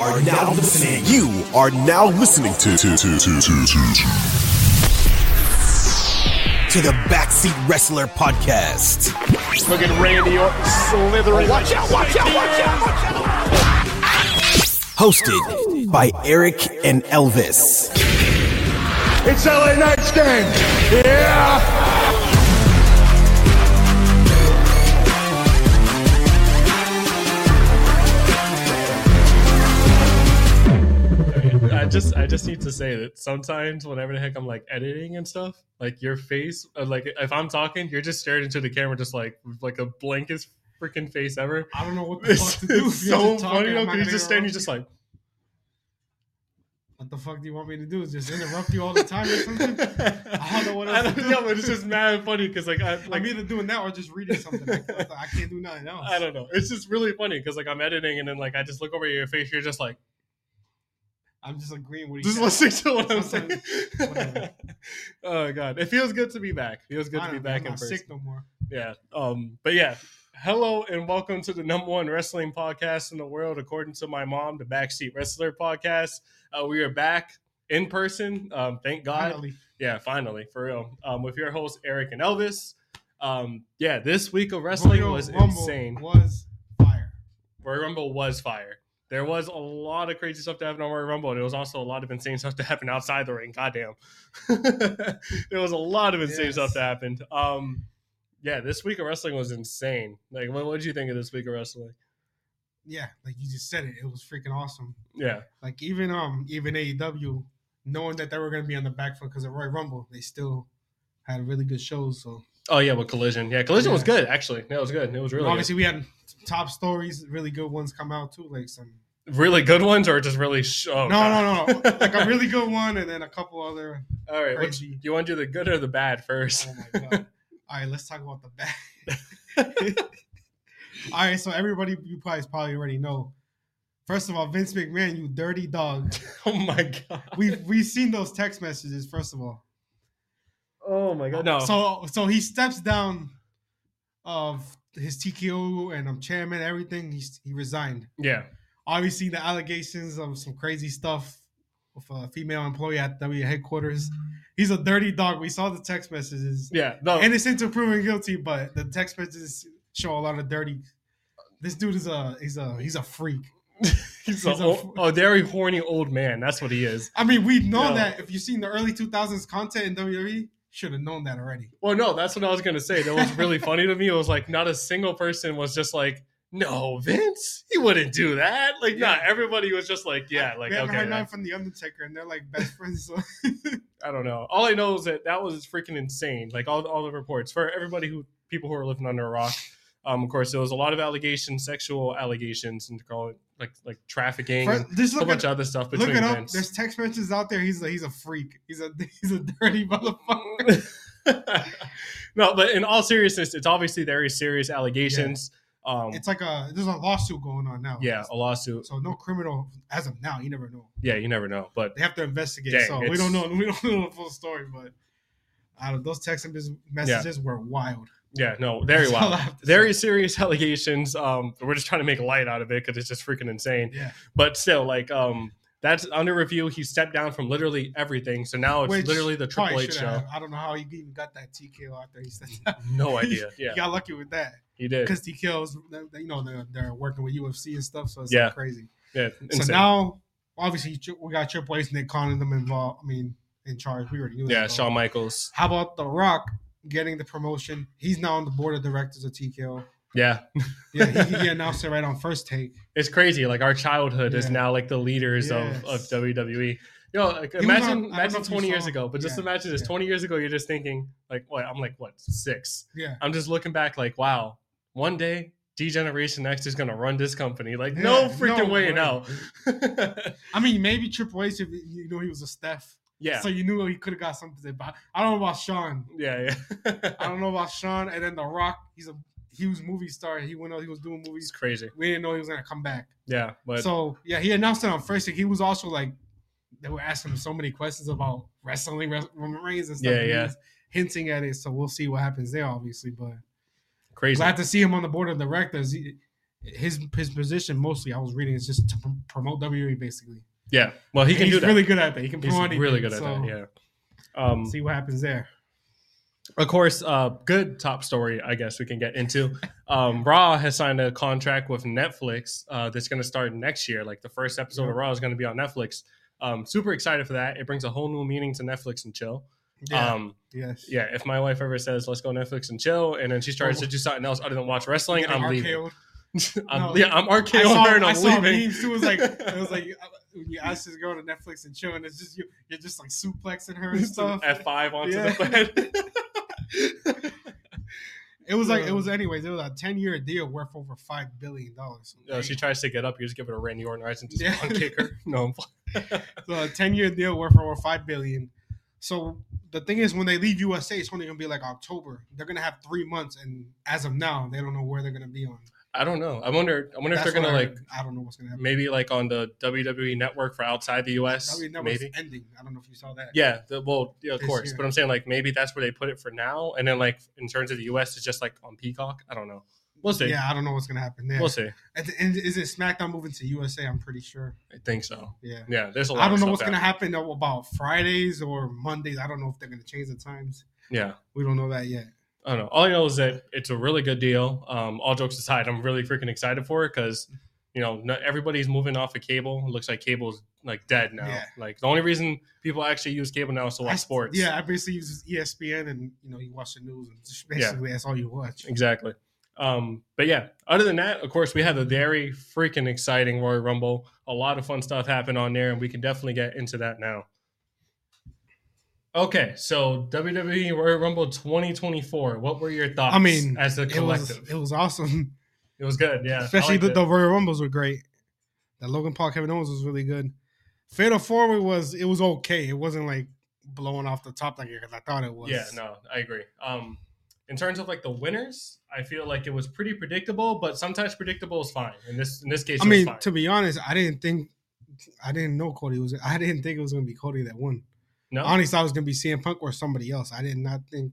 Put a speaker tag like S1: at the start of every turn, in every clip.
S1: are now listening. You are now listening to to to to to to- to the Backseat Wrestler Podcast.
S2: Look at Randy Orton slithering. watch out, watch out, watch out, watch out.
S1: Hosted by Eric and Elvis.
S2: It's LA Knight's game. Yeah.
S3: I just I just need to say that sometimes whenever the heck I'm like editing and stuff, like your face, uh, like if I'm talking, you're just staring into the camera, just like with, like the blankest freaking face ever.
S4: I don't know what the fuck
S3: It's,
S4: to do.
S3: it's
S4: You
S3: so
S4: guys are talking,
S3: funny though,
S4: I'm not
S3: because you
S4: gonna
S3: just staring, you
S4: interrupt
S3: just like
S4: What the fuck do you want me to do? Just interrupt you all the time or something?
S3: I
S4: don't know what else to do.
S3: Yeah, but it's just mad funny because like I like
S4: I'm either doing that or just reading something. I, can't- I can't do nothing else.
S3: I don't know. It's just really funny because like I'm editing and then like I just look over at your face, you're just like
S4: I'm just agreeing with you.
S3: just listening to what I'm saying.
S4: Sometimes- whatever.
S3: oh god, it feels good to be back. Feels good to be back
S4: I'm
S3: in
S4: not
S3: person.
S4: sick no more.
S3: Yeah. Um, but yeah. Hello and welcome to the number one wrestling podcast in the world, according to my mom, the Backseat Wrestler Podcast. Uh, we are back in person. Um, thank God.
S4: Finally.
S3: Yeah, finally, for real. Um, with your hosts Eric and Elvis. Um, yeah, this week of wrestling
S4: Royal
S3: was
S4: Rumble
S3: insane.
S4: Was fire.
S3: Royal Rumble was fire. There was a lot of crazy stuff to happen on Royal Rumble, and there was also a lot of insane stuff to happen outside the ring. Goddamn, there was a lot of insane
S4: Yes.
S3: stuff that happened. Um, yeah, this week of wrestling was insane. Like, what what did you think of this week of wrestling?
S4: Yeah, like you just said it. It was freaking awesome.
S3: Yeah,
S4: Like even um even AEW, knowing that they were gonna be on the back foot because of Roy Rumble, they still had really good shows. So
S3: oh yeah, with Collision. Yeah, Collision was
S4: Yeah.
S3: good actually. That was good. It was really
S4: obviously we had top stories, really good ones come out too. Like some
S3: good. really good ones, or just really sh- oh,
S4: no,
S3: God.
S4: no, no, like a really good one, and then a couple other.
S3: All right, which,
S4: crazy.
S3: you want to do the good or the bad first?
S4: Oh my god! All right, let's talk about the bad. All right, so everybody, you guys probably already know. First of all, Vince McMahon, you dirty dog.
S3: oh my god.
S4: We've we've seen those text messages. First of all,
S3: Oh my god. No.
S4: so so he steps down of his TKO and um, chairman, everything. He he resigned.
S3: yeah.
S4: obviously the allegations of some crazy stuff with a female employee at W headquarters. He's a dirty dog. We saw the text messages.
S3: Yeah. No.
S4: Innocent to proven guilty, but the text messages show a lot of dirty. This dude is a he's a he's a freak.
S3: He's,
S4: He's
S3: a,
S4: a
S3: o- a oh, very horny old man. That's what he is.
S4: I mean, we know
S3: No.
S4: that if you've seen the early 2000s content in WWE, should have known that already.
S3: Well, no, that's what I was gonna say. That was really funny to me. It was like not a single person was just like, "No, Vince, he wouldn't do that." Like,
S4: Yeah.
S3: not everybody was just like, "Yeah, like
S4: we haven't
S3: okay."
S4: heard nothing
S3: that-
S4: from the Undertaker, and they're like best friends. So.
S3: I don't know. All I know is that that was freaking insane. Like all all the reports for everybody who people who are living under a rock. Um, of course, there was a lot of allegations, sexual allegations, and call it like like trafficking,
S4: First,
S3: and
S4: just
S3: a
S4: look
S3: bunch of
S4: at,
S3: other stuff
S4: look
S3: between
S4: it up.
S3: Vince.
S4: There's text messages out there. He's a, he's a freak. He's a he's a dirty motherfucker.
S3: no, but in all seriousness, it's obviously very serious allegations. Um,
S4: it's like a there's a lawsuit going on now.
S3: yeah, a lawsuit.
S4: So no criminal as of now. You never know.
S3: Yeah, you never know. But
S4: They have to investigate.
S3: Dang,
S4: so we
S3: it's-
S4: don't know. We don't know the full story, but out of those text mes- messages were wild.
S3: yeah, no, very
S4: That's all
S3: wild.
S4: I have to
S3: Very serious allegations. Um, we're just trying to make light out of it because it's just freaking insane.
S4: Yeah.
S3: But still, like, um, that's under review. He stepped down from literally everything. So now oh, it's
S4: Which
S3: literally the
S4: probably
S3: Triple H
S4: should've
S3: show.
S4: had- I don't know how he even got that TKO out there. He said that.
S3: No idea. Yeah,
S4: He got lucky with that
S3: he did.
S4: because TKO's you know they're, they're working with UFC and stuff, so it's
S3: Yeah.
S4: like crazy.
S3: Yeah, insane.
S4: So now obviously tri- we got Triple H and Nick Khan and them involved. I mean, in charge. We already knew.
S3: yeah,
S4: that, though.
S3: Shawn Michaels.
S4: How about The Rock getting the promotion? He's now on the board of directors of TKO.
S3: Yeah,
S4: Yeah, he, he announced it right on first take.
S3: it's crazy. Like our childhood is
S4: Yeah.
S3: now like the leaders
S4: Yes.
S3: of, of WWE. Yo, like,
S4: was on- I
S3: imagine
S4: don't know
S3: imagine
S4: if you
S3: twenty years
S4: saw-
S3: ago, but just
S4: yeah,
S3: imagine this.
S4: yeah.
S3: Twenty years ago, you're just thinking like, what? I'm like, what? Six.
S4: Yeah.
S3: I'm just looking back, like, wow. One day, D Generation X is gonna run this company. Like, no
S4: Yeah,
S3: freaking
S4: no
S3: way,
S4: way.
S3: no.
S4: I mean, maybe Triple H, if you know he was a Steph.
S3: yeah,
S4: So you knew he could have got something. About. I don't know about Sean.
S3: yeah,
S4: I
S3: yeah.
S4: don't know about Sean. And then The Rock, he's a huge movie star. He went out, he was doing
S3: it's
S4: movies.
S3: crazy.
S4: We didn't know he was going to come back.
S3: Yeah, but
S4: so, yeah, he announced it on first take. He was also like, they were asking him so many questions about wrestling, wrest- Roman Reigns and stuff.
S3: Yeah,
S4: and he
S3: yeah.
S4: was hinting at it. So we'll see what happens there, obviously. But
S3: crazy.
S4: glad to see him on the board of directors. He, his his position mostly I was reading is just to prom- promote WWE basically.
S3: Yeah. Well, he can
S4: he's
S3: do that.
S4: really good at that. He can
S3: He's
S4: promote anything,
S3: really good at
S4: so
S3: that. Yeah. Um,
S4: See what happens there.
S3: of course, uh, good top story, I guess we can get into. Um, Raw has signed a contract with Netflix uh, that's going to start next year. Like the first episode of Raw is going to be on Netflix. Um, super excited for that. It brings a whole new meaning to Netflix and chill.
S4: Yeah.
S3: Um,
S4: yes.
S3: yeah, if my wife ever says, let's go Netflix and chill, and then she starts to do something else other than watch wrestling,
S4: Oh. Getting
S3: I'm leaving.
S4: RKO'd.
S3: I'm,
S4: No.
S3: Yeah, I'm
S4: I
S3: RKO
S4: saw,
S3: her and
S4: I
S3: I'm
S4: saw
S3: leaving.
S4: memes too. It was like it was like uh, when you ask this girl to Netflix and chill, and it's just you, you're just like suplexing her and stuff.
S3: F5 onto
S4: Yeah.
S3: the bed.
S4: It was like it
S3: Um,
S4: was anyways. It was a ten year deal worth over five billion dollars.
S3: No, she tries to get up. You just give it a Randy Orton eyes and just
S4: Yeah.
S3: yeah. kick her. No, I'm fine.
S4: So a ten year deal worth over five billion. So the thing is, when they leave USA, it's only gonna be like October. They're gonna have three months, and as of now, they don't know where they're gonna be on.
S3: I don't know. I wonder. I wonder if
S4: That's
S3: they're gonna
S4: what I
S3: like
S4: heard. I don't know what's gonna happen.
S3: maybe like on the WWE network for outside the US.
S4: Probably never
S3: Maybe.
S4: ending. I don't know if you saw that.
S3: Yeah. The, well, yeah, of
S4: This
S3: course.
S4: year.
S3: But I'm saying like maybe that's where they put it for now, and then like in terms of the US, it's just like on Peacock. I don't know. We'll see.
S4: Yeah, I don't know what's gonna happen there.
S3: We'll see.
S4: At the end, is it SmackDown moving to USA? I'm pretty sure.
S3: I think so.
S4: Yeah.
S3: Yeah. There's a lot.
S4: I don't
S3: of
S4: know
S3: stuff
S4: what's gonna
S3: happening.
S4: happen though about Fridays or Mondays. I don't know if they're gonna change the times.
S3: Yeah.
S4: We don't know that yet.
S3: I don't know. All I know is that it's a really good deal. Um, all jokes aside, I'm really freaking excited for it because you know not, everybody's moving off of cable. It looks like cable's like dead now.
S4: Yeah.
S3: Like the only reason people actually use cable now is to watch
S4: I-
S3: sports.
S4: Yeah, I basically use E ESPN and you know you watch the news and just basically that's all you watch.
S3: exactly. Um, but yeah, other than that, of course, we had a very freaking exciting Royal Rumble. A lot of fun stuff happened on there, and we can definitely get into that now. Okay, so WWE Royal Rumble 2024. What were your thoughts?
S4: I mean,
S3: as a
S4: It was
S3: collective,
S4: it was awesome,
S3: it was good. Yeah, I
S4: especially
S3: liked
S4: the,
S3: it.
S4: the Royal Rumbles were great. That Logan Paul Kevin Owens was really good. Fatal Four Way was it was okay. It wasn't like blowing off the top like I thought it was.
S3: Yeah, no, I agree. Um, in terms of like the winners, I feel like it was pretty predictable, but sometimes predictable is fine. In this in this case,
S4: I
S3: it
S4: mean,
S3: was
S4: to
S3: fine.
S4: be honest, I didn't think, I didn't know Cody was. I didn't think it was gonna be Cody that won.
S3: no,
S4: I honestly thought it was gonna be CM Punk or somebody else. I did not think,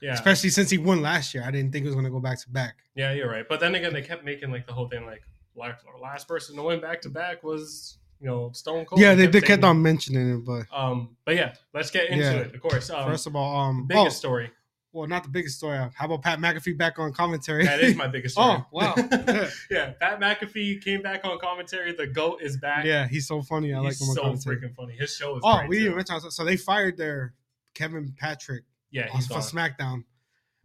S3: yeah,
S4: especially since he won last year, I didn't think it was gonna go back to back.
S3: yeah, you're right. But then again, they kept making like the whole thing like last, last person to win back to back was you know Stone Cold.
S4: Yeah, they,
S3: kept
S4: they kept
S3: saying-
S4: on mentioning it, but
S3: Um, but yeah, let's get into
S4: Yeah.
S3: it. Of course, um,
S4: first of all, um,
S3: biggest
S4: oh,
S3: story.
S4: well, not the biggest story. How about Pat McAfee back on commentary?
S3: That is my biggest story.
S4: oh wow,
S3: yeah, Pat McAfee came back on commentary. The goat is back.
S4: yeah, he's so funny. I
S3: He's
S4: like him on
S3: so
S4: commentary.
S3: freaking funny. His show is
S4: Oh,
S3: great,
S4: we
S3: too.
S4: didn't mention so- so they fired their Kevin Patrick
S3: yeah,
S4: on,
S3: he's
S4: for
S3: gone.
S4: SmackDown.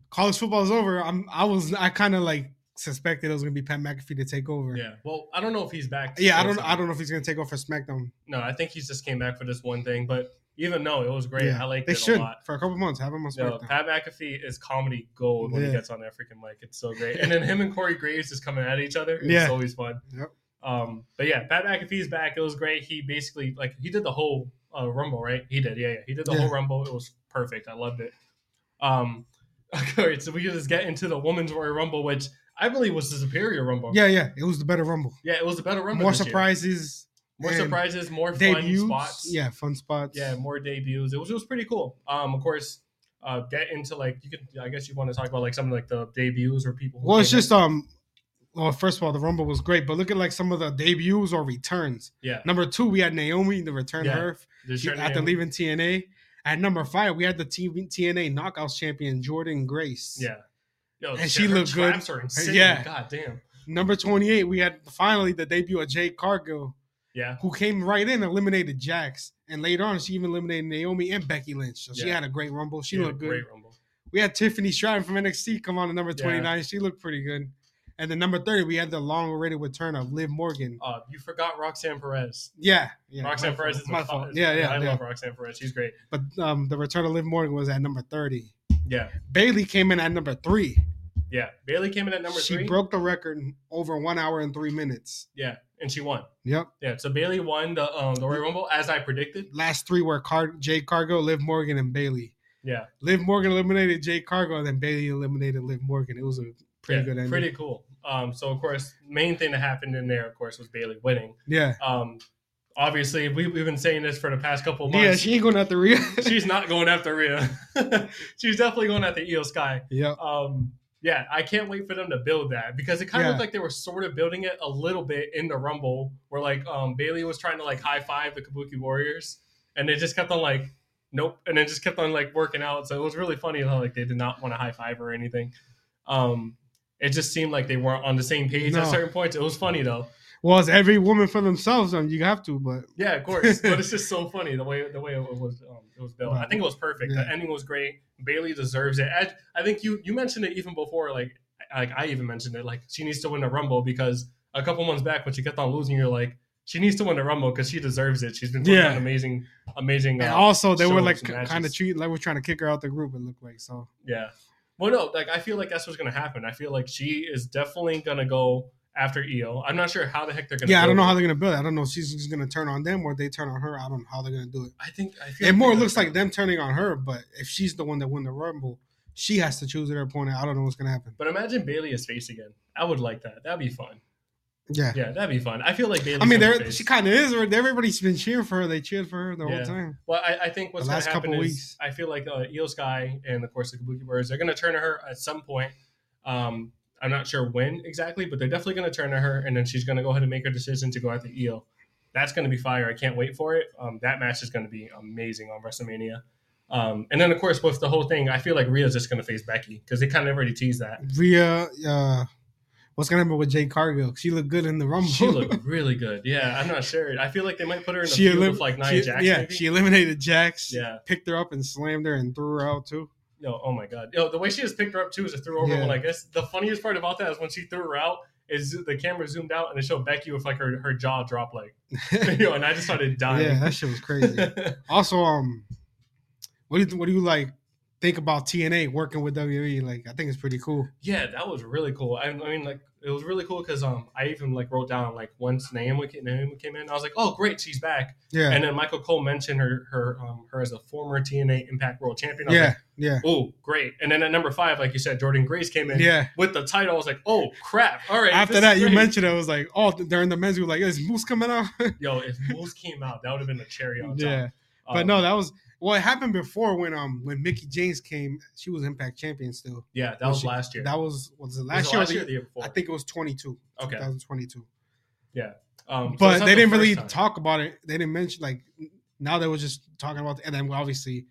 S4: College football is over. I'm I was I kind of like suspected it was gonna be Pat McAfee to take over.
S3: Yeah. Well, I don't know if he's back.
S4: Yeah, I don't I don't know if he's gonna take over SmackDown.
S3: No, I think he's just came back for this one thing. But even though it was great,
S4: Yeah,
S3: I liked
S4: they
S3: it
S4: should
S3: a lot.
S4: for a couple months have him on
S3: No,
S4: SmackDown.
S3: Pat McAfee is comedy gold when
S4: Yeah.
S3: he gets on that freaking mic. It's so great. And then him and Corey Graves is coming at each other. It's
S4: Yeah.
S3: always fun.
S4: Yep.
S3: Um, but yeah, Pat McAfee's back. It was great. He basically like he did the whole uh, rumble, right? He did. Yeah, yeah. He did the
S4: Yeah.
S3: whole rumble. It was perfect. I loved it. Um, okay, so we can just get into the women's Royal Rumble, which I believe was the superior rumble.
S4: Yeah, yeah, it was the better Rumble.
S3: Yeah, it was a better rumble.
S4: More
S3: this year.
S4: surprises,
S3: More
S4: and
S3: surprises, more fun
S4: debuts.
S3: spots.
S4: Yeah, fun spots.
S3: Yeah, more debuts. It was it was pretty cool. Um, of course, uh, get into like you could. I guess you want to talk about like some of like the debuts or people. who
S4: Well, it's
S3: came in.
S4: just um. Well, first of all, the Rumble was great, but look at like some of the debuts or returns.
S3: yeah.
S4: Number two, we had Naomi, the return
S3: Yeah.
S4: to Earth
S3: Just
S4: she-
S3: trying to
S4: after
S3: name-
S4: leaving TNA. At number five, we had the TV TNA Knockouts champion Jordan Grace.
S3: Yeah. Yo,
S4: And she
S3: her
S4: looked good. Uh,
S3: traps Are insane.
S4: Yeah.
S3: God damn.
S4: Number twenty-eight, we had finally the debut of Jade Cargill,
S3: Yeah.
S4: who came right in, eliminated Jax, and later on she even eliminated Naomi and Becky Lynch. So she
S3: Yeah.
S4: had a great Rumble. She
S3: Yeah,
S4: looked good.
S3: Great rumble.
S4: We had Tiffany Stratton from NXT come on at number
S3: Yeah.
S4: 29. She looked pretty good. And then number 30, we had the long awaited return of Liv Morgan.
S3: Uh, you forgot Roxanne Perez.
S4: Yeah. yeah
S3: Roxanne
S4: my
S3: Perez
S4: fault,
S3: is
S4: my
S3: my
S4: fault.
S3: fault.
S4: Yeah, yeah.
S3: I
S4: yeah.
S3: love Roxanne Perez. She's great.
S4: But um, the return of Liv Morgan was at number 30.
S3: Yeah.
S4: Bailey came in at number three.
S3: Yeah. Bailey came in at number
S4: she
S3: three.
S4: broke the record in over one hour and three minutes.
S3: yeah, and she won.
S4: Yep.
S3: Yeah. So Bailey won the um the Royal Rumble as I predicted.
S4: Last three were Car- Jade Cargo, Liv Morgan, and Bailey.
S3: Yeah.
S4: Liv Morgan eliminated Jade Cargo, and then Bailey eliminated Liv Morgan. It was a pretty
S3: Yeah,
S4: good ending.
S3: Pretty cool. Um, so of course, main thing that happened in there, of course, was Bailey winning.
S4: yeah.
S3: Um, obviously, we, we've been saying this for the past couple months.
S4: Yeah, she ain't going to have to re.
S3: she's not going after Rhea. she's definitely going after Io Sky.
S4: yep.
S3: Um, Yeah, I can't wait for them to build that because it kind
S4: Yeah.
S3: of looked like they were sort of building it a little bit in the Rumble, where like um, Bailey was trying to like high five the Kabuki Warriors, and they just kept on like nope, and then just kept on like working out. So it was really funny how like they did not want to high five or anything. Um, it just seemed like they weren't on the same page at
S4: No.
S3: certain points. It was funny though.
S4: Well, it's every woman for themselves. I mean, you have to, but
S3: Yeah, of course. but it's just so funny the way the way it was um, it was built. I think it was perfect.
S4: Yeah.
S3: The ending was great. Bailey deserves it. I, I think you you mentioned it even before. Like like I even mentioned it. Like she needs to win the rumble because a couple months back when she kept on losing, you're like she needs to win the rumble because she deserves it. She's been putting
S4: Yeah.
S3: on amazing amazing.
S4: and
S3: uh,
S4: also they were
S3: shows
S4: like
S3: and matches.
S4: kind of treating like we're trying to kick her out the group. It looked like so.
S3: yeah. Well, no, like I feel like that's what's gonna happen. I feel like she is definitely gonna go after Io. I'm not sure how the heck they're gonna.
S4: Yeah, I
S3: build
S4: don't know
S3: it.
S4: how they're gonna build. it. I don't know if she's just gonna turn on them or they turn on her. I don't know how they're gonna do it.
S3: I think I feel
S4: It
S3: like
S4: more
S3: they're
S4: looks
S3: gonna-
S4: like them turning on her, but if she's the one that won the rumble, she has to choose her opponent. I don't know what's gonna happen.
S3: But imagine Bailey as face again. I would like that. That'd be fun.
S4: Yeah.
S3: Yeah, that'd be fun. I feel like Bailey.
S4: I mean,
S3: there.
S4: there she kind of is. Everybody's been cheering for her. They cheered for her the
S3: Yeah.
S4: whole time.
S3: Well, I, I think what's
S4: The
S3: going
S4: last
S3: to happen is
S4: couple weeks.
S3: I feel like uh, Io Sky and of course the Kabuki Birds they're going to turn to her at some point. Um, I'm not sure when exactly, but they're definitely going to turn to her, and then she's going to go ahead and make her decision to go after Io. That's going to be fire. I can't wait for it. Um, that match is going to be amazing on WrestleMania. Um, and then of course with the whole thing, I feel like Rhea's just going to face Becky because they kind of already teased that.
S4: Rhea, uh, what's gonna happen with Jay Cargill? She looked good in the rumble.
S3: She looked really good. Yeah, I'm not sure. I feel like they might put her in a
S4: She
S3: feud
S4: elim-
S3: with like Nia
S4: she-
S3: Jax.
S4: yeah,
S3: maybe.
S4: she eliminated Jax.
S3: Yeah.
S4: picked her up and slammed her and threw her out too.
S3: No, oh my god. Yo, the way she just picked her up too is just threw over
S4: Yeah.
S3: one. I guess the funniest part about that is when she threw her out is the camera zoomed out and it showed Becky with like her, her jaw drop like yo, and I just started
S4: Yeah,
S3: dying.
S4: that shit was crazy. also, um, what do you, what do you like think about TNA working with WWE? Like, I think it's pretty cool.
S3: Yeah, that was really cool. I, I mean, like it was really cool because um, I even like wrote down like once Naomi came, Naomi came in, I was like, oh great, she's back.
S4: Yeah,
S3: And then Michael Cole mentioned her her um, her as a former TNA Impact World Champion. I was
S4: yeah,
S3: like,
S4: yeah,
S3: oh great. And then at number five, like you said, Jordan Grace came in
S4: yeah.
S3: with the title. I was like, oh crap, all right.
S4: After
S3: this
S4: that,
S3: is
S4: you
S3: great.
S4: mentioned it. I was like, oh, during the men's, we were like, is Moose coming out?
S3: Yo, if Moose came out, that would have been a cherry on top.
S4: yeah, but
S3: Um,
S4: no, that was well. It happened before when um when Mickey James came. She was Impact Champion still.
S3: yeah, that
S4: Well,
S3: was
S4: she-
S3: last year.
S4: That was was it
S3: Was
S4: last
S3: it
S4: year? or
S3: last
S4: the-
S3: year, or the year before.
S4: I think it was twenty two.
S3: Okay.
S4: 2022.
S3: Um, so
S4: but
S3: it's not
S4: they
S3: the
S4: didn't
S3: first
S4: really
S3: time.
S4: talk about it. They didn't mention like now they was just talking about and then obviously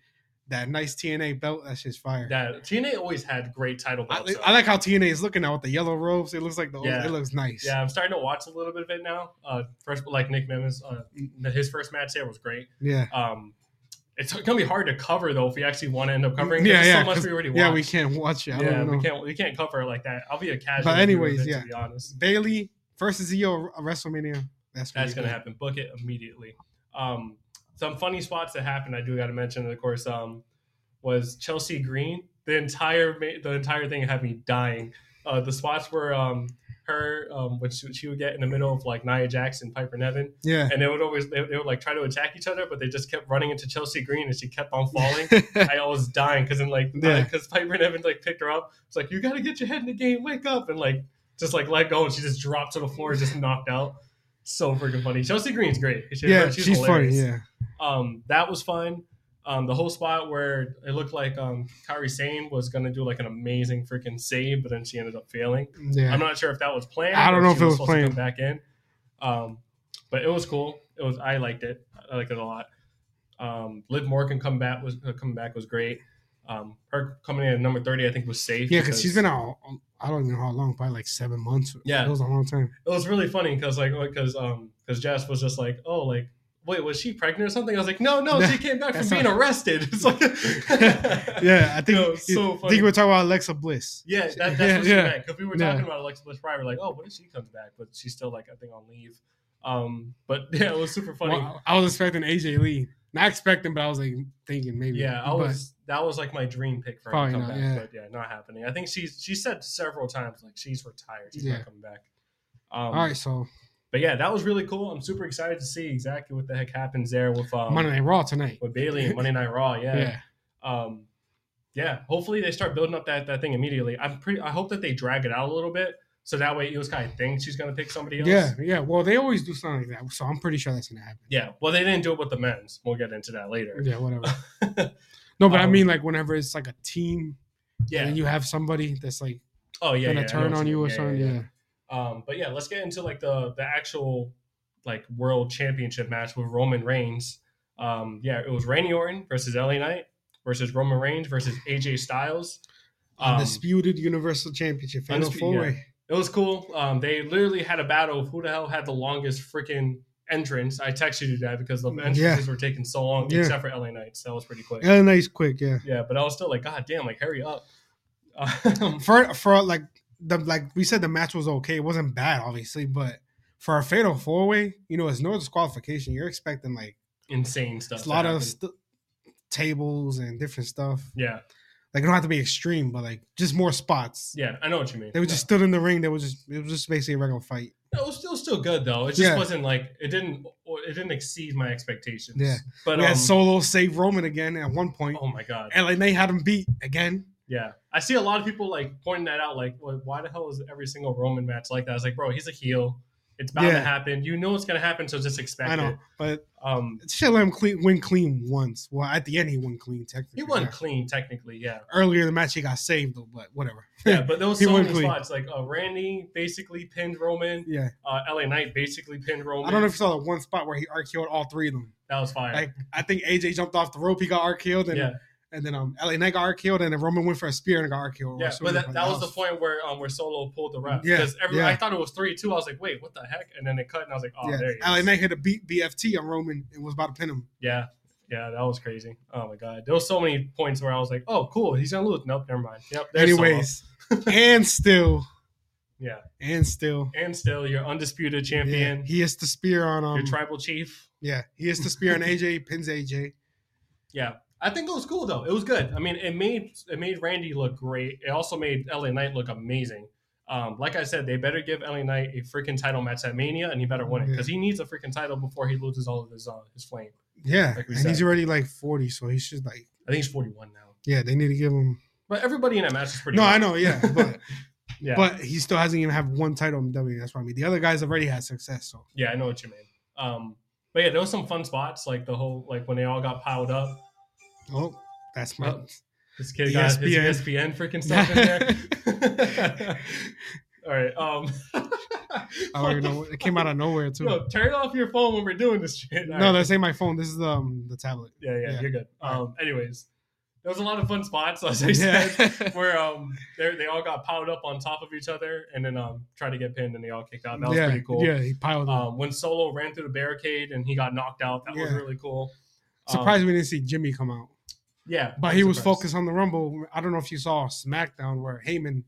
S4: that nice TNA belt that shit's fire.
S3: that. TNA always had great title
S4: I,
S3: belts. so-
S4: I like how TNA is looking now with the yellow robes. It looks like the old,
S3: Yeah.
S4: it looks nice.
S3: yeah, I'm starting to watch a little bit of it now. Uh, first, like Nick Memes, uh, his first match there was great.
S4: yeah,
S3: Um, it's gonna be hard to cover though if we actually want to end up covering. 'cause
S4: yeah,
S3: there's
S4: yeah.
S3: so much
S4: 'cause-
S3: we already watched.
S4: yeah, we can't watch it. I
S3: yeah,
S4: don't know.
S3: we can't we can't cover it like that. I'll be a casual.
S4: But
S3: viewer of
S4: anyways,
S3: it,
S4: yeah.
S3: to be honest,
S4: Bailey versus EO at WrestleMania. That's gonna
S3: that's gonna
S4: be good.
S3: happen. Book it immediately. Um, some funny spots that happened. I do got to mention, of course, um, was Chelsea Green. The entire ma- the entire thing had me dying. Uh, the spots were um, her, um, which she she would get in the middle of like Nia Jackson, Piper Nevin,
S4: Yeah.
S3: and they would always they, they would like try to attack each other, but they just kept running into Chelsea Green, and she kept on falling. I was dying because then like
S4: Yeah.
S3: because Piper Nevin like picked her up. It's like you got to get your head in the game, wake up, and like just like let go, and she just dropped to the floor, just knocked out. So freaking funny. Chelsea Green's great. She-
S4: yeah, she's, funny.
S3: hilarious.
S4: Yeah.
S3: Um, that was fun. Um, the whole spot where it looked like um, Kyrie Sane was gonna do like an amazing freaking save, but then she ended up failing.
S4: Yeah.
S3: I'm not sure if that was planned.
S4: I don't
S3: or
S4: know
S3: she
S4: if it was
S3: supposed to
S4: planned.
S3: Come back in, um, but it was cool. It was. I liked it. I liked it a lot. Um, Liv Morgan come back was uh, coming back was great. Um, her coming in at number thirty, I think, was safe.
S4: yeah, because she's been out. I don't know how long, probably like seven months.
S3: Yeah.
S4: it was a long time.
S3: It was really funny because like because um because Jess was just like oh like. Wait, was she pregnant or something? I was like, no, no,
S4: No,
S3: she came back from
S4: that's
S3: being
S4: not-
S3: arrested. It's like,
S4: Yeah, I think
S3: Yo, it's so
S4: I
S3: funny.
S4: think we're talking about Alexa Bliss.
S3: Yeah, that, that's
S4: Yeah,
S3: what she
S4: yeah.
S3: meant. Because we were
S4: Yeah.
S3: talking about Alexa Bliss Pryor, like, oh, what if she comes back? But she's still like, I think on leave. Um, but yeah, it was super funny.
S4: Well, I I was expecting AJ Lee. Not expecting, but I was like thinking maybe.
S3: yeah, I
S4: But
S3: was that was like my dream pick for her to
S4: Probably
S3: come
S4: not,
S3: back,
S4: yeah.
S3: but yeah, not happening. I think she's she said several times like she's retired, she's
S4: Yeah.
S3: not coming back. Um,
S4: All right, so
S3: but yeah, that was really cool. I'm super excited to see exactly what the heck happens there with um,
S4: Monday Night Raw tonight.
S3: with Bailey and Monday Night Raw.
S4: Yeah.
S3: um, yeah, hopefully they start building up that, that thing immediately. I'm pretty. I hope that they drag it out a little bit so that way Io Sky thinks she's gonna pick somebody else.
S4: Yeah, yeah. Well, they always do something like that, so I'm pretty sure that's gonna happen.
S3: yeah. Well, they didn't do it with the men's. We'll get into that later.
S4: Yeah, whatever. no, but I
S3: Um,
S4: mean, like whenever it's like a team,
S3: Yeah,
S4: and you have somebody that's like
S3: Oh yeah, yeah, I
S4: gonna
S3: know
S4: turn
S3: what
S4: on you
S3: mean.
S4: or
S3: Yeah,
S4: something.
S3: yeah,
S4: Yeah,
S3: yeah. Um, but yeah, let's get into like the the actual like world championship match with Roman Reigns. Um, yeah, it was Randy Orton versus LA Knight versus Roman Reigns versus AJ Styles. Um,
S4: undisputed Universal Championship final
S3: undisputed,
S4: four
S3: yeah.
S4: way.
S3: it was cool. Um, they literally had a battle of who the hell had the longest freaking entrance. I texted you that because the entrances were taking so long,
S4: Yeah.
S3: except for LA Knight. So that was pretty quick.
S4: Yeah. nice, quick, yeah.
S3: Yeah, but I was still like, God damn, like hurry up. Um,
S4: For for like the like we said, the match was okay. It wasn't bad, obviously, but for a fatal four way, you know, it's no disqualification. You're expecting like
S3: insane stuff.
S4: a lot
S3: that
S4: of
S3: happened.
S4: st- tables and different stuff.
S3: yeah,
S4: Like it don't have to be extreme, but like just more spots.
S3: yeah. I know what you mean.
S4: They were
S3: No.
S4: just stood in the ring. They were just it was just basically a regular fight.
S3: No, it was still it was still good though. It just
S4: Yeah.
S3: wasn't like it didn't it didn't exceed my expectations.
S4: Yeah.
S3: but
S4: we
S3: um,
S4: had Solo save Roman again at one point.
S3: oh my god,
S4: LA Knight had him beat again.
S3: yeah. I see a lot of people like pointing that out. Like, well, why the hell is every single Roman match like that? I was like, bro, he's a heel. It's bound to
S4: Yeah.
S3: happen. You know it's gonna happen, so just expect
S4: I
S3: it.
S4: know, but
S3: Um,
S4: should let him clean, win clean once. Well, at the end he won clean technically.
S3: he won
S4: yeah.
S3: clean technically, yeah,
S4: Earlier in the match he got saved though, but whatever.
S3: yeah. But there was
S4: He
S3: so
S4: won
S3: many
S4: clean.
S3: spots. Like uh, Randy basically pinned Roman.
S4: yeah.
S3: Uh, LA Knight basically pinned Roman.
S4: I don't know if you saw the one spot where he RKO'd all three of them.
S3: that was fire.
S4: Like I think AJ jumped off the rope, he got RKO'd, and
S3: yeah,
S4: and then um LA Knight got RKO'd, and then Roman went for a spear and got RKO'd.
S3: Yeah,
S4: So
S3: but
S4: it
S3: that,
S4: like,
S3: that was the point where um, where Solo pulled the ref.
S4: Yeah,
S3: Because every
S4: yeah.
S3: I thought it was three two. I was like, wait, what the heck? And then it cut, and I was like, oh,
S4: yeah.
S3: there he
S4: LA
S3: is.
S4: Knight hit a beat BFT on Roman and was about to pin him.
S3: Yeah, yeah, that was crazy. Oh my god, there was so many points where I was like, oh, cool, he's gonna lose. Nope, never mind. Yep. there's Solo.
S4: Anyways, and still,
S3: Yeah,
S4: and still,
S3: and still, you're undisputed
S4: yeah,
S3: champion.
S4: he hits the spear on um
S3: your tribal chief.
S4: yeah he hits the spear on AJ pins AJ.
S3: Yeah. I think it was cool though. It was good. I mean, it made it made Randy look great. It also made LA Knight look amazing. Um, like I said, they better give LA Knight a freaking title match at Mania, and he better win it because he needs a freaking title before he loses all of his uh, his flame.
S4: Yeah,
S3: Like we
S4: and
S3: said.
S4: he's already like forty, so he's just like
S3: I think he's forty one now.
S4: yeah they need to give him.
S3: But everybody in that match is pretty.
S4: No,
S3: good.
S4: I know, yeah, but
S3: Yeah,
S4: but he still hasn't even have one title in WWE. That's what I mean. The other guys already had success, so
S3: yeah, I know what you mean. Um, but yeah, there was some fun spots like the whole like when they all got piled up.
S4: oh, that's my.
S3: Oh. This kid got
S4: E
S3: his E ESPN freaking stuff in there. all right. Um,
S4: I don't even know. It came out of nowhere too.
S3: Yo, turn off your phone when we're doing this shit. All
S4: no,
S3: right.
S4: that's ain't my phone. This is um the tablet.
S3: yeah, yeah,
S4: yeah.
S3: you're good.
S4: All right.
S3: Um, anyways, there was a lot of fun spots, as I said, where um they they all got piled up on top of each other and then um tried to get pinned and they all kicked out. That was
S4: yeah,
S3: pretty cool.
S4: Yeah, he piled up.
S3: Um, when Solo ran through the barricade and he got knocked out, that was
S4: Yeah.
S3: really cool. Um,
S4: Surprised we didn't see Jimmy come out,
S3: yeah,
S4: but he was
S3: surprised.
S4: focused on the Rumble. I don't know if you saw SmackDown where Heyman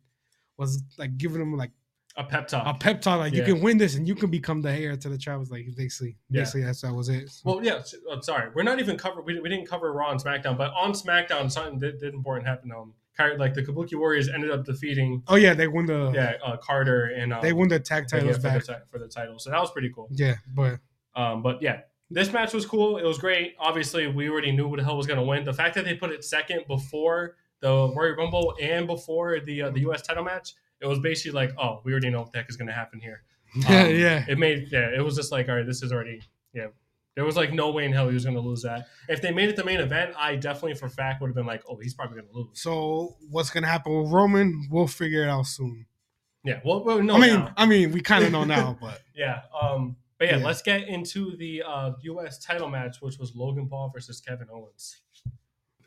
S4: was like giving him like
S3: A pep talk.
S4: a pep talk, like
S3: Yeah.
S4: you can win this and you can become the heir to the Travels. Like basically,
S3: Yeah.
S4: basically that's that was it. So-
S3: well, yeah. s- I'm sorry, we're not even cover. We, we didn't cover Raw and SmackDown, but on SmackDown, something did, did important happen. Um, Ky- like the Kabuki Warriors ended up defeating
S4: oh yeah, they won the
S3: yeah uh, Carter and um,
S4: they won the tag
S3: yeah,
S4: titles
S3: for,
S4: back.
S3: The, ti- for the title. So that was pretty cool.
S4: Yeah, but
S3: Um, but yeah, this match was cool. It was great. Obviously, we already knew who the hell was going to win. The fact that they put it second before the Royal Rumble and before the uh, the U.S. title match, it was basically like, oh, we already know what the heck is going to happen here.
S4: yeah,
S3: Um,
S4: yeah.
S3: It made yeah, it was just like, all right, this is already yeah. There was like no way in hell he was going to lose that. If they made it the main event, I definitely for fact would have been like, oh, he's probably going to lose.
S4: So what's gonna happen with Roman? We'll figure it out soon.
S3: Yeah. Well, well no.
S4: I mean,
S3: now.
S4: I mean, we kind of know now, but
S3: Yeah. Um. But yeah,
S4: Yeah.
S3: let's get into the uh, U.S. title match, which was Logan Paul versus Kevin Owens.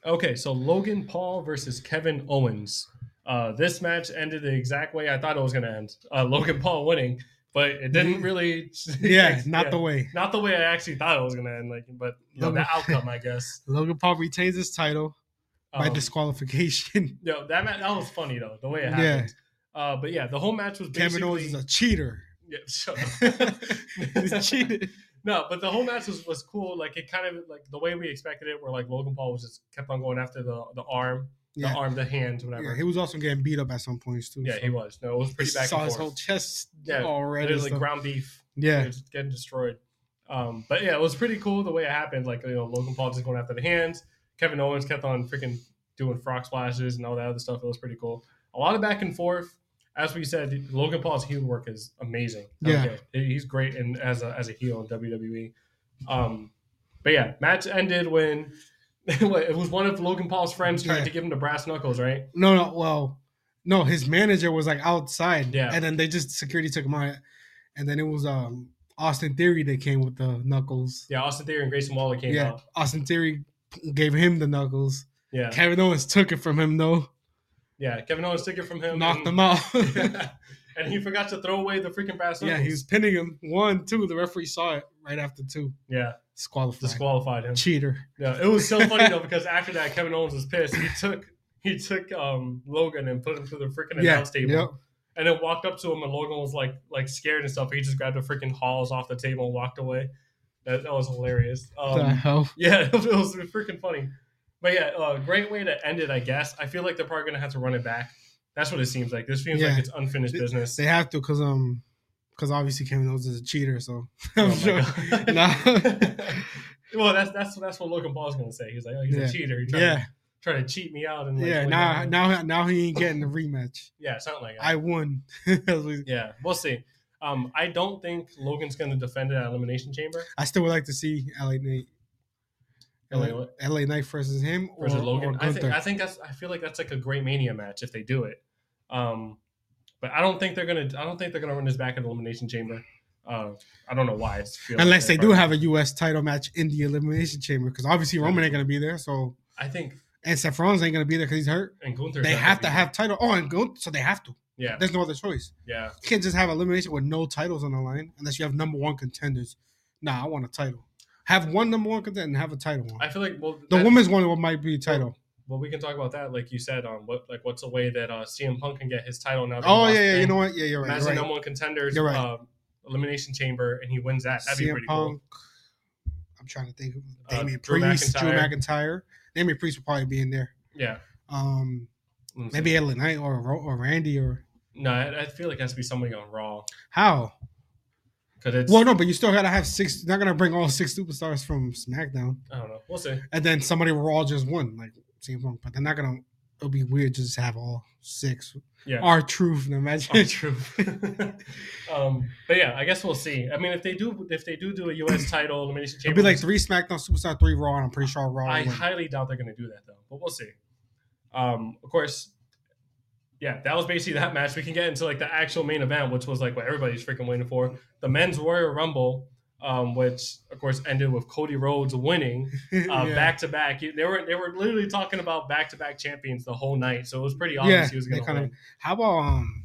S3: Okay, so Logan Paul versus Kevin Owens. Uh, this match ended the exact way I thought it was going to end. Uh, Logan Paul winning, but it didn't really.
S4: Mm-hmm. yeah, not the way.
S3: not the way I actually thought it was going to end. Like, but you know,
S4: Logan-
S3: the outcome, I guess.
S4: Logan Paul retains his title by
S3: Um,
S4: disqualification.
S3: no, that ma- that was funny though the way it
S4: Yeah.
S3: happened. Uh, but yeah, the whole match was basically
S4: Kevin Owens is a cheater.
S3: Yeah, shut up.
S4: He's cheated.
S3: No, but the whole match was, was cool. Like it kind of like the way we expected it, where like Logan Paul was just kept on going after the the arm,
S4: Yeah.
S3: the arm, the hand, whatever.
S4: yeah, he was also getting beat up at some points too. so
S3: was. No, it was pretty
S4: he
S3: back
S4: saw
S3: and
S4: his
S3: forth.
S4: whole chest
S3: Yeah,
S4: already.
S3: Literally
S4: so-
S3: ground beef. It
S4: yeah,
S3: was getting destroyed. Um, but yeah, it was pretty cool the way it happened. Like you know, Logan Paul just going after the hands. Kevin Owens kept on freaking doing frog splashes and all that other stuff. It was pretty cool. A lot of back and forth. As we said, Logan Paul's heel work is amazing. I don't
S4: Yeah.
S3: care. He- he's great in as a as a heel in WWE. Um, but yeah, match ended when it was one of Logan Paul's friends tried
S4: Yeah.
S3: to give him the brass knuckles, right?
S4: no, no. Well, No, his manager was like outside.
S3: Yeah.
S4: And then they just security took him out. And then it was um Austin Theory that came with the knuckles.
S3: Yeah, Austin Theory and Grayson Waller came
S4: yeah.
S3: out.
S4: Austin Theory gave him the knuckles.
S3: Yeah,
S4: Kevin Owens took it from him though.
S3: yeah. Kevin Owens took it from him.
S4: Knocked
S3: and-
S4: him out.
S3: and he forgot to throw away the freaking brass
S4: yeah,
S3: knuckles.
S4: he was pinning him. One, two. The referee saw it right after two.
S3: yeah
S4: Disqualified.
S3: disqualified him.
S4: Cheater.
S3: Yeah, it was so funny though because after that, Kevin Owens was pissed. He took he took um Logan and put him through the freaking
S4: yeah.
S3: announce table,
S4: Yep.
S3: and then walked up to him, and Logan was like like scared and stuff. He just grabbed the freaking halls off the table and walked away. That, that was hilarious.
S4: What the
S3: Um,
S4: hell?
S3: yeah, it was, it was freaking funny. But yeah, uh, great way to end it, I guess. I feel like they're probably gonna have to run it back. That's what it seems like. This seems
S4: Yeah.
S3: like it's unfinished
S4: Th-
S3: business.
S4: They have to, cause um, cause obviously Kevin Owens is a cheater, so
S3: Oh
S4: I'm
S3: my
S4: sure.
S3: God.
S4: Nah.
S3: well, that's that's that's what Logan Paul's gonna say. He's like, oh, he's
S4: Yeah.
S3: a cheater. He tried,
S4: yeah,
S3: tried to cheat me out and like,
S4: yeah.
S3: win
S4: Now,
S3: that.
S4: now, now he ain't getting the rematch.
S3: yeah, something like that.
S4: I won. I
S3: yeah, we'll see. Um, I don't think Logan's gonna defend it at Elimination Chamber.
S4: still would like to see LA Knight.
S3: LA
S4: LA,
S3: what?
S4: LA Knight versus him or,
S3: versus Logan.
S4: or
S3: I think
S4: Gunther.
S3: I think that's I feel like that's like a great Mania match if they do it. Um, but I don't think they're gonna I don't think they're gonna run this back at Elimination Chamber. Uh, I don't know why. It's feels
S4: Unless
S3: like
S4: they do
S3: that.
S4: have a U.S. title match in the elimination chamber, because obviously Roman ain't gonna be there. So
S3: I think
S4: and Seth Rollins ain't gonna be there because he's hurt.
S3: and Gunther.
S4: They have to have title. Oh, and Gunther, so they have to.
S3: yeah
S4: There's no other choice.
S3: yeah
S4: You can't just have elimination with no titles on the line unless you have number one contenders. Nah, I want a title. Have one number one contender and have a title one.
S3: I feel like well
S4: the
S3: that-
S4: women's one might be a title.
S3: well we can talk about that like you said um what like what's a way that uh CM Punk can get his title now. that he
S4: Oh
S3: lost
S4: yeah, yeah. You
S3: Finn?
S4: know what? Yeah, you're right.
S3: Imagine
S4: You're right.
S3: number one contenders
S4: You're right.
S3: um, elimination chamber and he wins that. That'd be
S4: CM
S3: pretty cool.
S4: Punk. I'm trying to think.
S3: Uh,
S4: Damian
S3: Drew
S4: Priest, Drew
S3: McIntyre.
S4: McIntyre. Damian Priest will probably be in there.
S3: Yeah.
S4: Um,
S3: Let me see.
S4: maybe Ellen Knight or Ro- or Randy or
S3: No, I, I feel like it has to be somebody on Raw
S4: how?
S3: because it's.
S4: Well, no, but you still gotta have six. Not gonna bring all six superstars from SmackDown,
S3: I don't know. We'll see.
S4: and then somebody Raw just won, like CM Punk. But they're not gonna. It'll be weird just to have all six.
S3: Yeah.
S4: Our truth, imagine.
S3: Oh, true. um, but yeah, I guess we'll see. I mean, if they do, if they do do a U.S. title elimination
S4: It'll
S3: chamber,
S4: be like three SmackDown superstar, three Raw, and I'm pretty sure Raw. will
S3: I
S4: win.
S3: highly doubt they're going to do that though. But we'll see. Um, of course, yeah, that was basically that match. We can get into like the actual main event, which was like what everybody's freaking waiting for: the Men's Royal Rumble, um, which of course ended with Cody Rhodes winning uh,
S4: Yeah.
S3: back to back. They were they were literally talking about back to back champions the whole night, so it was pretty obvious
S4: Yeah,
S3: he was
S4: they
S3: going to
S4: kinda-
S3: win.
S4: How about um,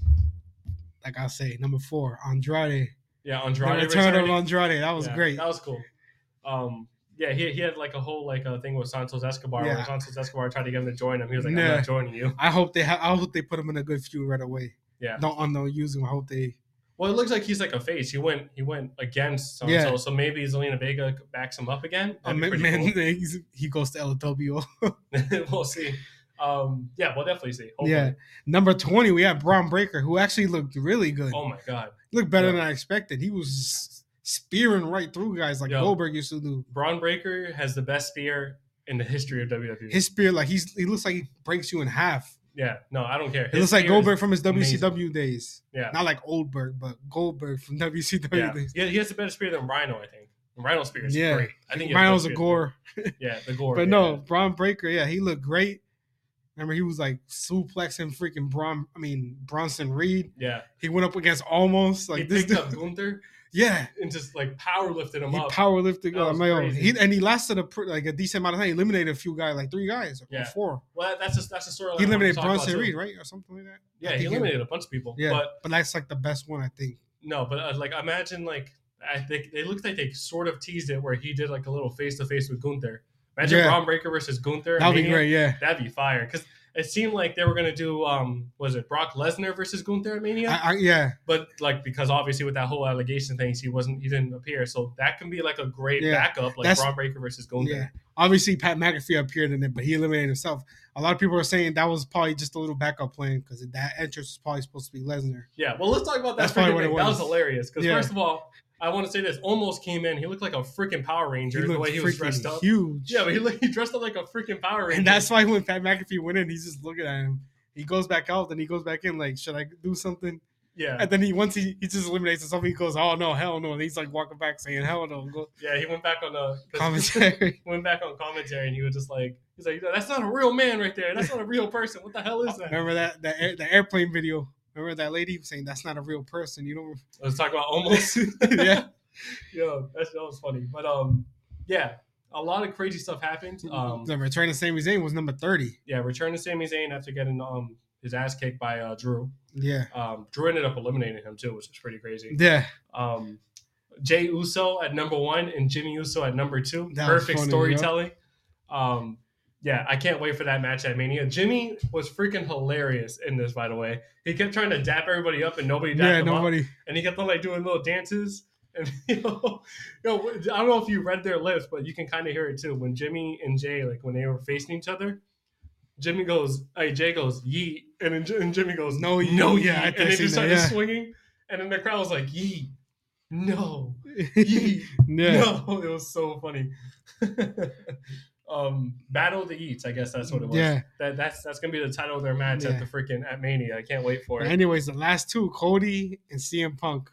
S4: like I say, number four, Andrade.
S3: yeah,
S4: The
S3: Andrade
S4: return of
S3: returning.
S4: Andrade. That was
S3: Yeah,
S4: great.
S3: That was cool. Um, yeah, he, he had like a whole like a thing with Santos Escobar.
S4: Yeah.
S3: Where Santos Escobar tried to get him to join him. He was like, "I'm
S4: Nah.
S3: not joining you."
S4: I hope they. Ha- I hope they put him in a good feud right away.
S3: Yeah.
S4: Don't unknown use him. I hope they.
S3: Well, it looks like he's like a face. He went he went against so
S4: Yeah.
S3: so. So maybe Zelina Vega backs him up again.
S4: Oh,
S3: That'd be
S4: man,
S3: pretty
S4: man, he's- he goes to LWO.
S3: cool. we'll see. Um, yeah, we'll definitely see. Hopefully.
S4: yeah. Number twenty, we have Braun Breaker, who actually looked really good.
S3: Oh my god,
S4: looked better
S3: yeah.
S4: than I expected. He was spearing right through guys like
S3: Yeah.
S4: Goldberg used to do.
S3: Braun Breaker has the best spear in the history of WWE.
S4: His spear, like he's, he looks like he breaks you in half.
S3: yeah, no, I don't care.
S4: It
S3: His
S4: looks like
S3: spear is-
S4: Goldberg from his
S3: amazing.
S4: WCW days.
S3: Yeah,
S4: Not like Oldberg, but Goldberg from WCW
S3: yeah.
S4: days.
S3: yeah, he has a better spear than Rhino. I think Rhino's spear is
S4: Yeah.
S3: great. I think he has
S4: Mine
S3: the
S4: was a
S3: best
S4: gore.
S3: spear. Yeah, the gore.
S4: But
S3: yeah.
S4: no, Braun Breaker, yeah, he looked great. Remember, he was like suplexing freaking Braun. I mean Bronson Reed.
S3: yeah,
S4: He went up against almost like
S3: he
S4: this.
S3: picked
S4: Dude,
S3: up Gunther
S4: yeah,
S3: and just like power lifted him
S4: he
S3: up.
S4: power lifted.
S3: That
S4: I'm
S3: was
S4: like, oh,
S3: crazy.
S4: he, and he lasted a pr- like a decent amount of time. He eliminated a few guys, like three guys or
S3: Yeah.
S4: four.
S3: well, that- that's just that's the storyline.
S4: He
S3: I wanted to
S4: eliminated
S3: talk about,
S4: Bronson
S3: too.
S4: Reed, right, or something like that. I
S3: Yeah,
S4: think
S3: he eliminated a bunch of people.
S4: Yeah,
S3: but
S4: but, that's like the best one, I think.
S3: No, but uh, like imagine like I think they looked like they sort of teased it where he did like a little face to face with Gunther. Imagine
S4: Yeah.
S3: Braun Breaker versus Gunther. at
S4: That'd be
S3: Mania.
S4: great. Yeah,
S3: That'd be fire because it seemed like they were gonna do um was it Brock Lesnar versus Gunther at Mania?
S4: I, I, yeah,
S3: but like because obviously with that whole allegation things he wasn't he didn't appear so that can be like a great
S4: Yeah.
S3: backup like
S4: That's-
S3: Braun Breaker versus Gunther.
S4: yeah. Obviously, Pat McAfee appeared in it, but he eliminated himself. A lot of people are saying that was probably just a little backup plan because that entrance was probably supposed to be Lesnar.
S3: Yeah, well, let's talk about that.
S4: That's probably
S3: freaking
S4: what it
S3: thing. That was
S4: was.
S3: hilarious. Because
S4: Yeah.
S3: first of all, I want to say this: almost came in. He looked like a freaking Power Ranger the way he was dressed up.
S4: huge.
S3: Yeah, but he, looked, he dressed up like a freaking Power Ranger.
S4: and that's why when Pat McAfee went in, he's just looking at him. He goes back out, then he goes back in. Like, should I do something?
S3: Yeah,
S4: And then he once he, he just eliminates himself, he goes, "Oh no, hell no!" And he's like walking back saying, "Hell no!" Go
S3: yeah. He went back on the 'cause
S4: commentary.
S3: he Went back on commentary and he was just like, he's like, that's not a real man right there. That's not a real person. What the hell is that? I
S4: Remember that that air, the airplane video? Remember that lady saying, "That's not a real person." You don't.
S3: was talking about almost.
S4: yeah.
S3: Yo, that's, that was funny. But um, yeah, a lot of crazy stuff happened. Um,
S4: the return of Sami Zayn was number thirty.
S3: yeah, return to Sami Zayn after getting um his ass kicked by uh, Drew.
S4: Yeah.
S3: Um, Drew ended up eliminating him too, which was pretty crazy.
S4: Yeah.
S3: Um,
S4: Mm-hmm.
S3: Jay Uso at number one and Jimmy Uso at number two.
S4: That was
S3: Perfect
S4: funny,
S3: storytelling. Um, yeah, I can't wait for that match at Mania. Jimmy was freaking hilarious in this, by the way. He kept trying to dap everybody up and nobody dapped
S4: Yeah.
S3: him up.
S4: Nobody.
S3: and he kept on like doing little dances. And you know, yo, I don't know if you read their lips, but you can kind of hear it too. When Jimmy and Jay, like when they were facing each other, Jimmy goes, "Hey, Jay goes, yeet," and then J- and Jimmy goes, "No,
S4: No,
S3: yeet.
S4: no,
S3: no,
S4: yeah,
S3: yeah,"
S4: I think
S3: and
S4: I
S3: then
S4: seen
S3: he
S4: that,
S3: started
S4: yeah.
S3: swinging, and then the crowd was like, "Yeet, no,
S4: yeah.
S3: yeet, no." It was so funny. um, Battle of the Eats, I guess that's what it was.
S4: Yeah.
S3: That that's that's gonna be the title of their match at
S4: Yeah.
S3: the freaking at Mania. I can't wait for
S4: But
S3: it.
S4: anyways, the last two, Cody and CM Punk,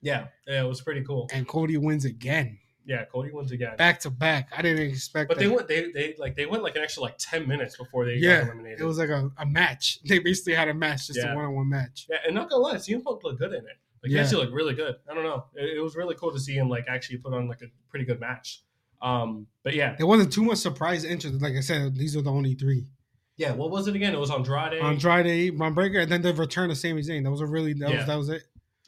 S3: yeah, yeah, it was pretty cool.
S4: and Cody wins again,
S3: Yeah, Cody wins again.
S4: back to back. I didn't expect.
S3: But
S4: that.
S3: they went they they like they went like an extra like ten minutes before they
S4: Yeah,
S3: got eliminated.
S4: it was like a, a match. They basically had a match, just
S3: Yeah.
S4: a one on one match.
S3: yeah, and not gonna lie, CM Punk looked good in it. Like he
S4: Yeah.
S3: actually looked really good. I don't know. It, it was really cool to see him like actually put on like a pretty good match. Um, but yeah,
S4: There wasn't too much surprise interest. Like I said, these are the only three:
S3: yeah. What was it again? It was Andrade.
S4: Andrade, Ron Breaker, and then the return of Sami Zayn. That was a really that
S3: Yeah.
S4: was that was it.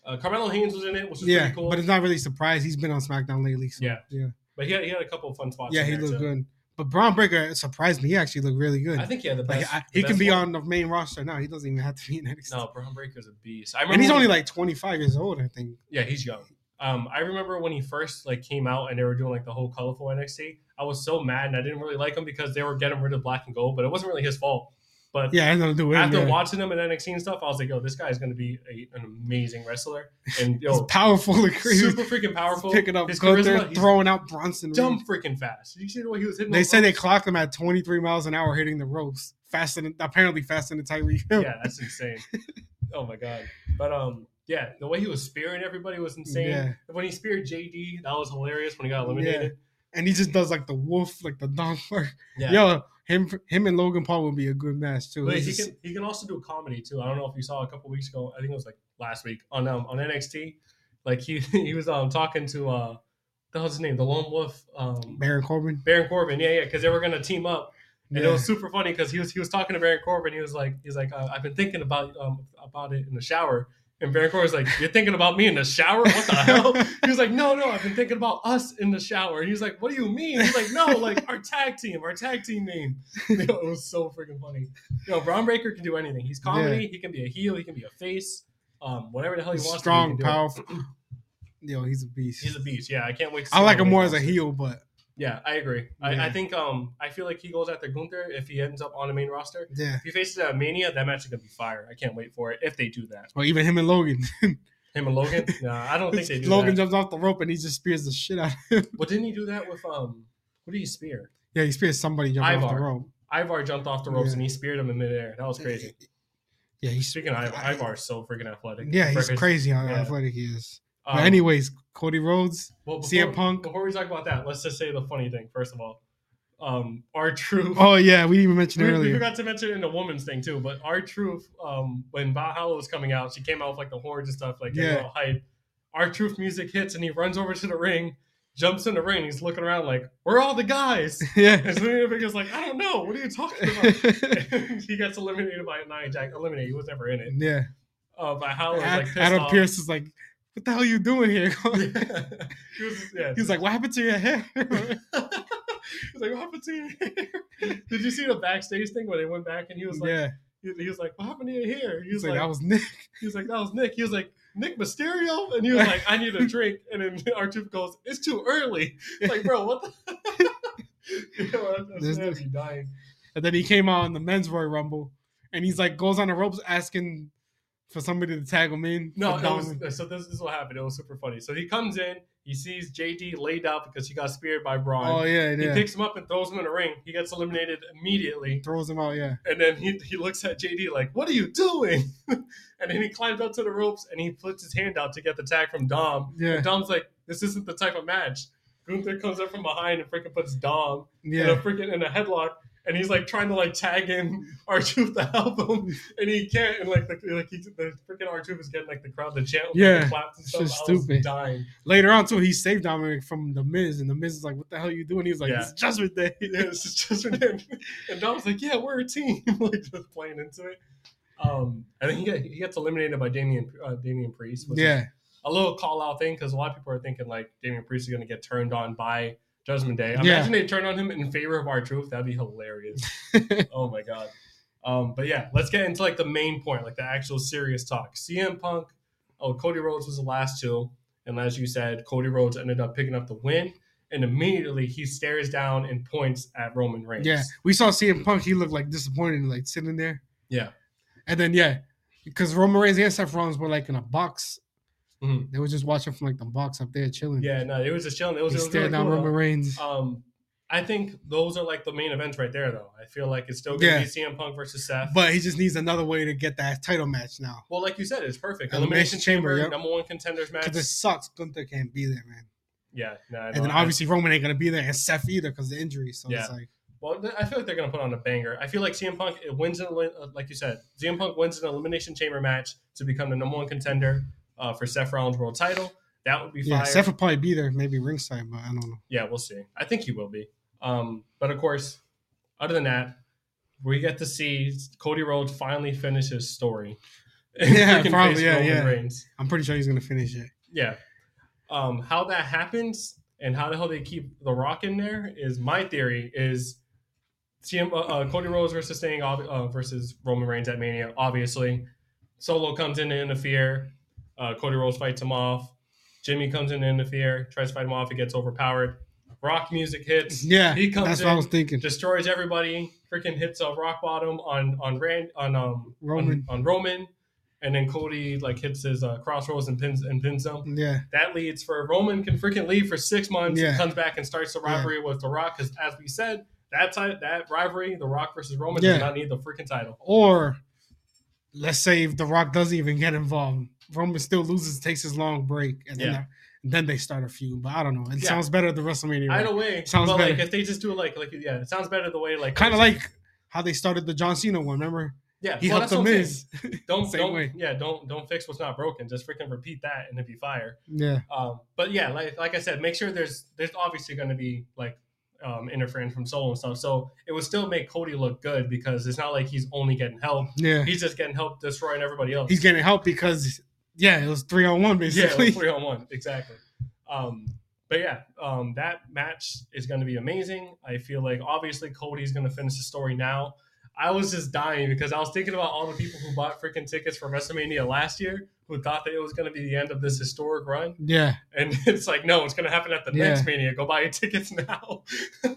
S3: uh, Carmelo Haynes was in it, which was
S4: yeah,
S3: pretty cool.
S4: but it's not really surprise. He's been on SmackDown lately. So,
S3: Yeah.
S4: yeah,
S3: But he had, he had a couple of fun spots.
S4: yeah.
S3: in
S4: He
S3: there,
S4: looked
S3: too.
S4: good, but Braun Breaker surprised me. He actually looked really good.
S3: I think he had the
S4: like
S3: best.
S4: I, he
S3: the
S4: can
S3: best
S4: be
S3: one.
S4: on the main roster now. He doesn't even have to be in NXT.
S3: No, Braun Breaker's a beast. I remember
S4: and he's
S3: when-
S4: only like 25 years old, I think.
S3: Yeah, he's young. Um, I remember when he first like came out and they were doing like the whole colorful NXT. I was so mad and I didn't really like him because they were getting rid of black and gold, but it wasn't really his fault. But
S4: Yeah, I don't do it.
S3: after
S4: yeah.
S3: watching him in NXT and stuff, I was like, yo, this guy is going to be a, an amazing wrestler and
S4: he's
S3: yo,
S4: powerful and crazy.
S3: super freaking powerful.
S4: Picking up
S3: his
S4: Gunther,
S3: charisma, he's
S4: throwing out Bronson. Reed.
S3: dumb freaking fast. Did you see the way he was hitting?
S4: They
S3: those
S4: said they
S3: ropes?
S4: clocked him at 23 miles an hour hitting the ropes. Faster than, apparently faster than Tyreek. Hill.
S3: yeah, that's insane. oh my god. But um, yeah, the way he was spearing everybody was insane.
S4: Yeah.
S3: When he speared JD, that was hilarious. When he got eliminated,
S4: And he just does like the wolf, like the dog work.
S3: yeah.
S4: Yo, him him and Logan Paul would be a good match too.
S3: But
S4: It's
S3: he
S4: just-
S3: can he can also do comedy too. I don't know if you saw a couple weeks ago. I think it was like last week on um, on NXT. Like he he was um talking to uh what the hell's his name the lone wolf um
S4: Baron Corbin.
S3: Baron Corbin. Yeah, yeah, because they were gonna team up. And
S4: Yeah.
S3: it was super funny because he was he was talking to Baron Corbin. He was like he's like uh, I've been thinking about um about it in the shower. And Baron Corbin's like you're thinking about me in the shower? What the hell? He was like no no I've been thinking about us in the shower. And he's like what do you mean? He's like no like our tag team our tag team name. Yo, it was so freaking funny. Yo, Braun Breaker can do anything. He's comedy. He can be a heel. He can be a face. Um, whatever the hell he wants. to
S4: Strong,
S3: be, he can do it.
S4: powerful. Yo, he's a beast.
S3: He's a beast. Yeah, I can't wait. To see
S4: I like
S3: how
S4: him
S3: he
S4: more as a
S3: goes.
S4: heel, but
S3: Yeah, I agree. I, I
S4: Yeah.
S3: think um I feel like he goes after Gunther if he ends up on the main roster.
S4: yeah.
S3: If he faces that Mania, that match is gonna be fire. I can't wait for it if they do that.
S4: Or even him and Logan.
S3: Him and Logan. nah, I don't think they do
S4: Logan
S3: that.
S4: jumps off the rope and he just spears the shit out of him.
S3: Well, didn't he do that with um? What did he spear?
S4: Yeah, he spears somebody jumping off the
S3: Ivar.
S4: rope.
S3: Ivar jumped off the ropes
S4: Yeah.
S3: and he speared him in midair. That was crazy.
S4: Yeah, he's
S3: Speaking of Ivar,
S4: I-
S3: Ivar is so freaking athletic.
S4: yeah, he's
S3: Freaking-
S4: crazy how
S3: yeah.
S4: athletic he is.
S3: Um,
S4: but anyways, Cody Rhodes,
S3: Well, before,
S4: CM Punk.
S3: Before we talk about that, let's just say the funny thing first of all. Um, our truth.
S4: Oh yeah, we didn't even mention
S3: we, we
S4: earlier.
S3: forgot to mention it in the woman's thing too, but our truth. Um, when Valhalla was coming out, she came out with like the horns and stuff, like
S4: Yeah.
S3: yeah. all hype. Our truth music hits, and he runs over to the ring, jumps in the ring. He's looking around like, "Where are all the guys?"
S4: yeah.
S3: And Selena Vega is like, "I don't know. What are you talking about?" And he gets eliminated by Nia Jack. Eliminated. He was never in it.
S4: yeah.
S3: Uh, Valhalla was like
S4: Ad-
S3: pissed
S4: Adam
S3: off.
S4: Pierce is like, what the hell you doing here?
S3: he was just- yeah.
S4: He's like, what happened to your hair?
S3: He's like, what happened to your hair? Did you see the backstage thing where they went back and he was like,
S4: yeah.
S3: he, he was like, what happened to your hair? He
S4: He's
S3: was
S4: like,
S3: like,
S4: that was Nick.
S3: he was like, that was Nick. He was like, Nick Mysterio, and he was like, I need a drink. And then Artuf goes, it's too early. It's like, bro, what the? Yo, that's,
S4: There's
S3: that's
S4: no-
S3: be dying.
S4: And then he came out in the men's Royal Rumble and he's like, goes on the ropes asking for somebody to tag him in.
S3: No, it
S4: For
S3: was, uh,
S4: Donovan.
S3: so this, this is what happened. It was super funny. So he comes in, he sees JD laid out because he got speared by Braun.
S4: Oh yeah,
S3: He
S4: yeah.
S3: picks him up and throws him in the ring. He gets eliminated immediately.
S4: Throws him out. Yeah.
S3: And then he, he looks at JD like, What are you doing? and then he climbs up to the ropes and he puts his hand out to get the tag from Dom.
S4: Yeah.
S3: And Dom's like, This isn't the type of match. Gunther comes up from behind and freaking puts Dom in a
S4: Yeah.
S3: freaking in a headlock, and he's like trying to like tag in R Truth to help him, and he can't. And like the like he's, the freaking R Truth is getting like the crowd to chant, like,
S4: Yeah,
S3: the claps and
S4: it's
S3: stuff.
S4: just
S3: I was
S4: stupid.
S3: dying.
S4: Later on, too, he saved Dominic from the Miz, and the Miz is like, "What the hell you doing?" He's like,
S3: Yeah.
S4: "It's Judgment Day."
S3: Yeah, it's just just ridiculous. and Dom's like, yeah, we're a team, like just playing into it. Um, and then he, get, he gets eliminated by Damian uh, Damian Priest. which is
S4: yeah.
S3: a little call out thing because a lot of people are thinking like Damian Priest is going to get turned on by Judgment Day.
S4: Yeah.
S3: Imagine they turn on him in favor of our truth. That'd be hilarious. oh my god. Um, but yeah, let's get into like the main point, like the actual serious talk. CM Punk. Oh, Cody Rhodes was the last two, and as you said, Cody Rhodes ended up picking up the win. And immediately he stares down and points at Roman Reigns.
S4: Yeah, we saw CM Punk. He looked like disappointed, like sitting there.
S3: Yeah.
S4: and then yeah, because Roman Reigns and Seth Rollins were like in a box.
S3: Mhm.
S4: They were just watching from like the box up there, chilling.
S3: yeah. No, it was just chilling. It was,
S4: he
S3: it was really
S4: stared down
S3: cool, though.
S4: Roman Reigns.
S3: Um, I think those are like the main events right there, though. I feel like it's still gonna
S4: Yeah.
S3: be CM Punk versus Seth.
S4: but he just needs another way to get that title match now.
S3: well, like you said, it's perfect. Elimination
S4: Elimination
S3: Chamber,
S4: Chamber, yep.
S3: number one contenders match.
S4: Because it sucks Gunther can't be there, man.
S3: yeah, nah,
S4: And then obviously Roman ain't gonna be there, and Seth either because the injury. So
S3: Yeah.
S4: it's like,
S3: well, th- I feel like they're gonna put on a banger. I feel like CM Punk it wins an eli- uh, like you said, CM Punk wins an Elimination Chamber match to become the number one contender uh, for Seth Rollins World Title. That would be
S4: yeah,
S3: fire.
S4: Seth would probably be there, maybe ringside, but I don't know.
S3: yeah, we'll see. I think he will be. Um, but of course, other than that, we get to see Cody Rhodes finally finish his story.
S4: Yeah,
S3: Freaking face
S4: probably, yeah,
S3: Roman
S4: yeah.
S3: Reigns.
S4: I'm pretty sure he's gonna finish it.
S3: yeah. Um, how that happens and how the hell they keep The Rock in there is my theory is CM, uh, uh, Cody Rhodes versus staying ob- uh, versus Roman Reigns at Mania, obviously. Solo comes in to interfere. Uh, Cody Rhodes fights him off. Jimmy comes in to interfere, tries to fight him off. He gets overpowered. Rock music hits.
S4: Yeah,
S3: He comes
S4: that's
S3: in,
S4: what I was thinking.
S3: destroys everybody. Freaking hits a rock bottom on on Rand on um
S4: Roman.
S3: on, on Roman, and then Cody like hits his uh, crossroads and pins and pins him.
S4: yeah,
S3: That leads for Roman can freaking leave for six months,
S4: Yeah.
S3: comes back and starts the
S4: Yeah.
S3: rivalry with The Rock. Because as we said, that type, that rivalry, The Rock versus Roman,
S4: Yeah.
S3: does not need the freaking title.
S4: or let's say if The Rock doesn't even get involved, Roman still loses, takes his long break, and then
S3: Yeah.
S4: that- then they start a feud. But I don't know. It
S3: Yeah.
S4: sounds better at the WrestleMania.
S3: Either way,
S4: Sounds
S3: but like
S4: better.
S3: if they just do it like like yeah, it sounds better the way like
S4: Kind of like how they started the John Cena one. Remember,
S3: yeah,
S4: he
S3: well,
S4: helped
S3: that's
S4: the
S3: what I'm
S4: Miz.
S3: saying. Don't
S4: Same
S3: don't
S4: way.
S3: yeah don't don't fix what's not broken. Just freaking repeat that and it'd be fire.
S4: yeah,
S3: Um, but yeah, like like I said, make sure there's there's obviously going to be like um, interference from Solo and stuff. So it would still make Cody look good because it's not like he's only getting help.
S4: yeah.
S3: He's just getting help destroying everybody else.
S4: He's getting help because yeah, it was three on one basically.
S3: Yeah, three on one, exactly. Um, but yeah, um, that match is going to be amazing. I feel like obviously Cody's going to finish the story now. I was just dying because I was thinking about all the people who bought freaking tickets for WrestleMania last year who thought that it was going to be the end of this historic run.
S4: yeah,
S3: And it's like, no, it's going to happen at the
S4: Yeah.
S3: next mania. Go buy your tickets now.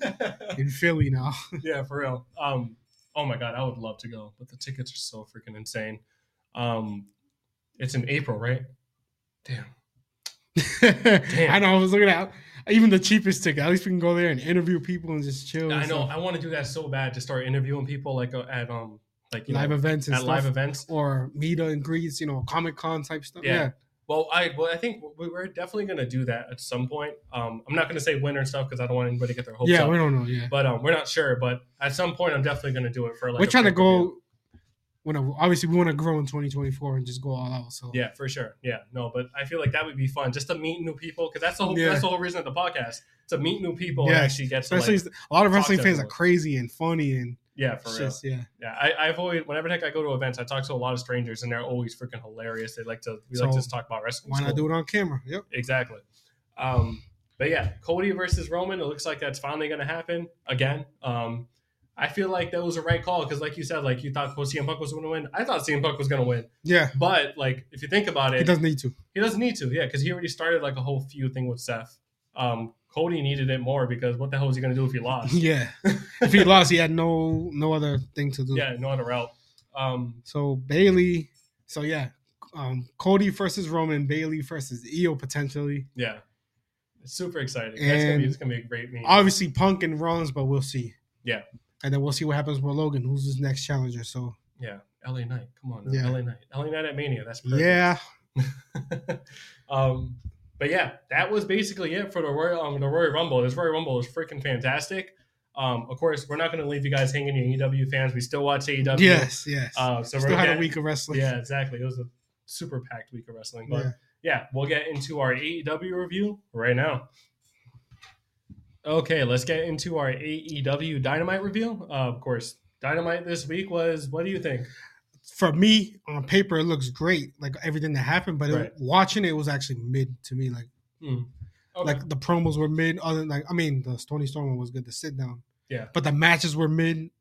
S4: in Philly now.
S3: yeah, for real. Um, oh my god, I would love to go, but the tickets are so freaking insane. Um, it's in April, right? Damn.
S4: I know. I was looking at even the cheapest ticket. At least we can go there and interview people and just chill. and
S3: I know.
S4: stuff.
S3: I want to do that so bad to start interviewing people like uh, at um like you
S4: live
S3: know,
S4: events and
S3: at
S4: stuff.
S3: live events.
S4: or meet and greets, you know, Comic Con type stuff.
S3: Yeah.
S4: Yeah.
S3: Well, I well I think we- we're definitely gonna do that at some point. Um, I'm not gonna say when or stuff because I don't want anybody to get their hopes
S4: yeah,
S3: up.
S4: we don't know. Yeah,
S3: but um, we're not sure. But at some point, I'm definitely gonna do it for like.
S4: we're
S3: a
S4: trying to
S3: pay-per-view.
S4: go. When obviously we want to grow in 2024 and just go all out. So
S3: Yeah, for sure. Yeah, no, but I feel like that would be fun just to meet new people because that's the whole
S4: Yeah.
S3: that's the whole reason of the podcast to meet new people and
S4: Yeah,
S3: actually get to
S4: especially
S3: like,
S4: a lot of
S3: talk
S4: wrestling
S3: to
S4: fans are
S3: everyone.
S4: crazy and funny and
S3: yeah for
S4: it's
S3: real.
S4: just yeah.
S3: Yeah, I, I've always whenever the heck I go to events, I talk to a lot of strangers and they're always freaking hilarious. They like to we like to
S4: So,
S3: just talk about wrestling.
S4: Why not do it on camera? Yep.
S3: Exactly. Um, but yeah, Cody versus Roman. It looks like that's finally going to happen again. Um, I feel like that was the right call because, like you said, like you thought CM Punk was going to win. I thought CM Punk was going to win,
S4: Yeah.
S3: but like if you think about it,
S4: He doesn't need to.
S3: need to. Yeah, because he already started like a whole feud thing with Seth. Um, Cody needed it more because what the hell was he going to do if he lost?
S4: Yeah. if he lost, he had no no other thing to do.
S3: yeah, no other route. Um,
S4: So Bailey. So yeah, um, Cody versus Roman, Bailey versus Io potentially.
S3: Yeah. It's super exciting. That's gonna be
S4: And-
S3: it's gonna be a great meet.
S4: Obviously Punk and Rollins, but we'll see.
S3: Yeah.
S4: And then we'll see what happens with Logan, who's his next challenger. So
S3: yeah. LA Knight. Come on. now.
S4: Yeah.
S3: LA Knight. LA Knight at Mania. That's perfect.
S4: yeah,
S3: um, but yeah, that was basically it for the Royal um, the Royal Rumble. This Royal Rumble is freaking fantastic. Um, of course, we're not going to leave you guys hanging, you AEW fans. We still watch AEW.
S4: yes, yes.
S3: Uh, so
S4: Still
S3: we're
S4: had
S3: get-
S4: a week of wrestling.
S3: Yeah, exactly. It was a super packed week of wrestling. But yeah.
S4: Yeah.
S3: we'll get into our AEW review right now. Okay, let's get into our AEW Dynamite review. Uh, of course, Dynamite this week was. What do you think?
S4: For me, on paper, it looks great, like everything that happened. But it-
S3: Right.
S4: watching it was actually mid to me. Like
S3: Hmm. Okay.
S4: like the promos were mid. Other than, like I mean, the Tony Storm one was good to sit down.
S3: Yeah.
S4: But the matches were mid.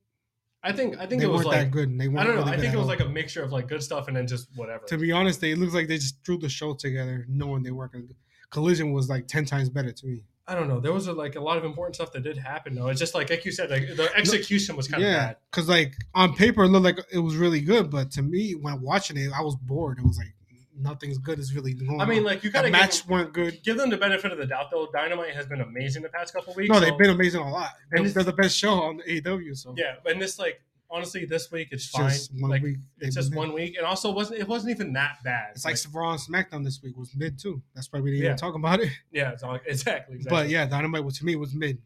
S3: I think I think
S4: They
S3: it was
S4: weren't
S3: like
S4: that good. and They weren't
S3: I don't know.
S4: really
S3: I
S4: good
S3: think
S4: at
S3: it was
S4: all.
S3: like a mixture of like good stuff and then just whatever.
S4: to be honest, they it looks like they just threw the show together, knowing they weren't going to. Collision was like ten times better to me.
S3: I don't know. There was like a lot of important stuff that did happen though. It's just like like you said, like the execution was kind of
S4: yeah,
S3: bad.
S4: because like on paper it looked like it was really good, but to me when watching it, I was bored. It was like nothing's good is really going.
S3: I mean,
S4: on.
S3: like you
S4: the
S3: gotta give
S4: match
S3: them-
S4: weren't good.
S3: give them the benefit of the doubt though. Dynamite has been amazing the past couple weeks. so-
S4: No, they've been amazing a lot. They,
S3: And it's-
S4: they're the best show on AEW. So
S3: yeah. And this like honestly, this week it's
S4: it's
S3: fine.
S4: just one
S3: like
S4: week.
S3: it's
S4: they've
S3: just
S4: been
S3: one week, and also it wasn't it wasn't even that bad.
S4: there. It's like Raw and SmackDown this week was mid too. That's why we didn't
S3: Yeah.
S4: even talk about it.
S3: yeah, it's all, exactly, exactly.
S4: But yeah, Dynamite was, to me was mid.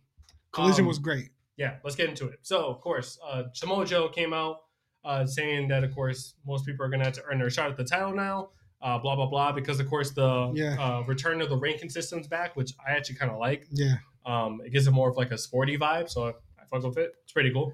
S4: Collision
S3: Um,
S4: was great.
S3: yeah, let's get into it. So, of course, uh, Samoa Joe came out uh, saying that, of course, most people are going to have to earn their shot at the title now. Uh, blah blah blah, because of course the
S4: Yeah.
S3: uh, return of the ranking system's back, which I actually kind of like.
S4: Yeah,
S3: Um, it gives it more of like a sporty vibe, so I, I fuck with it. It's pretty cool.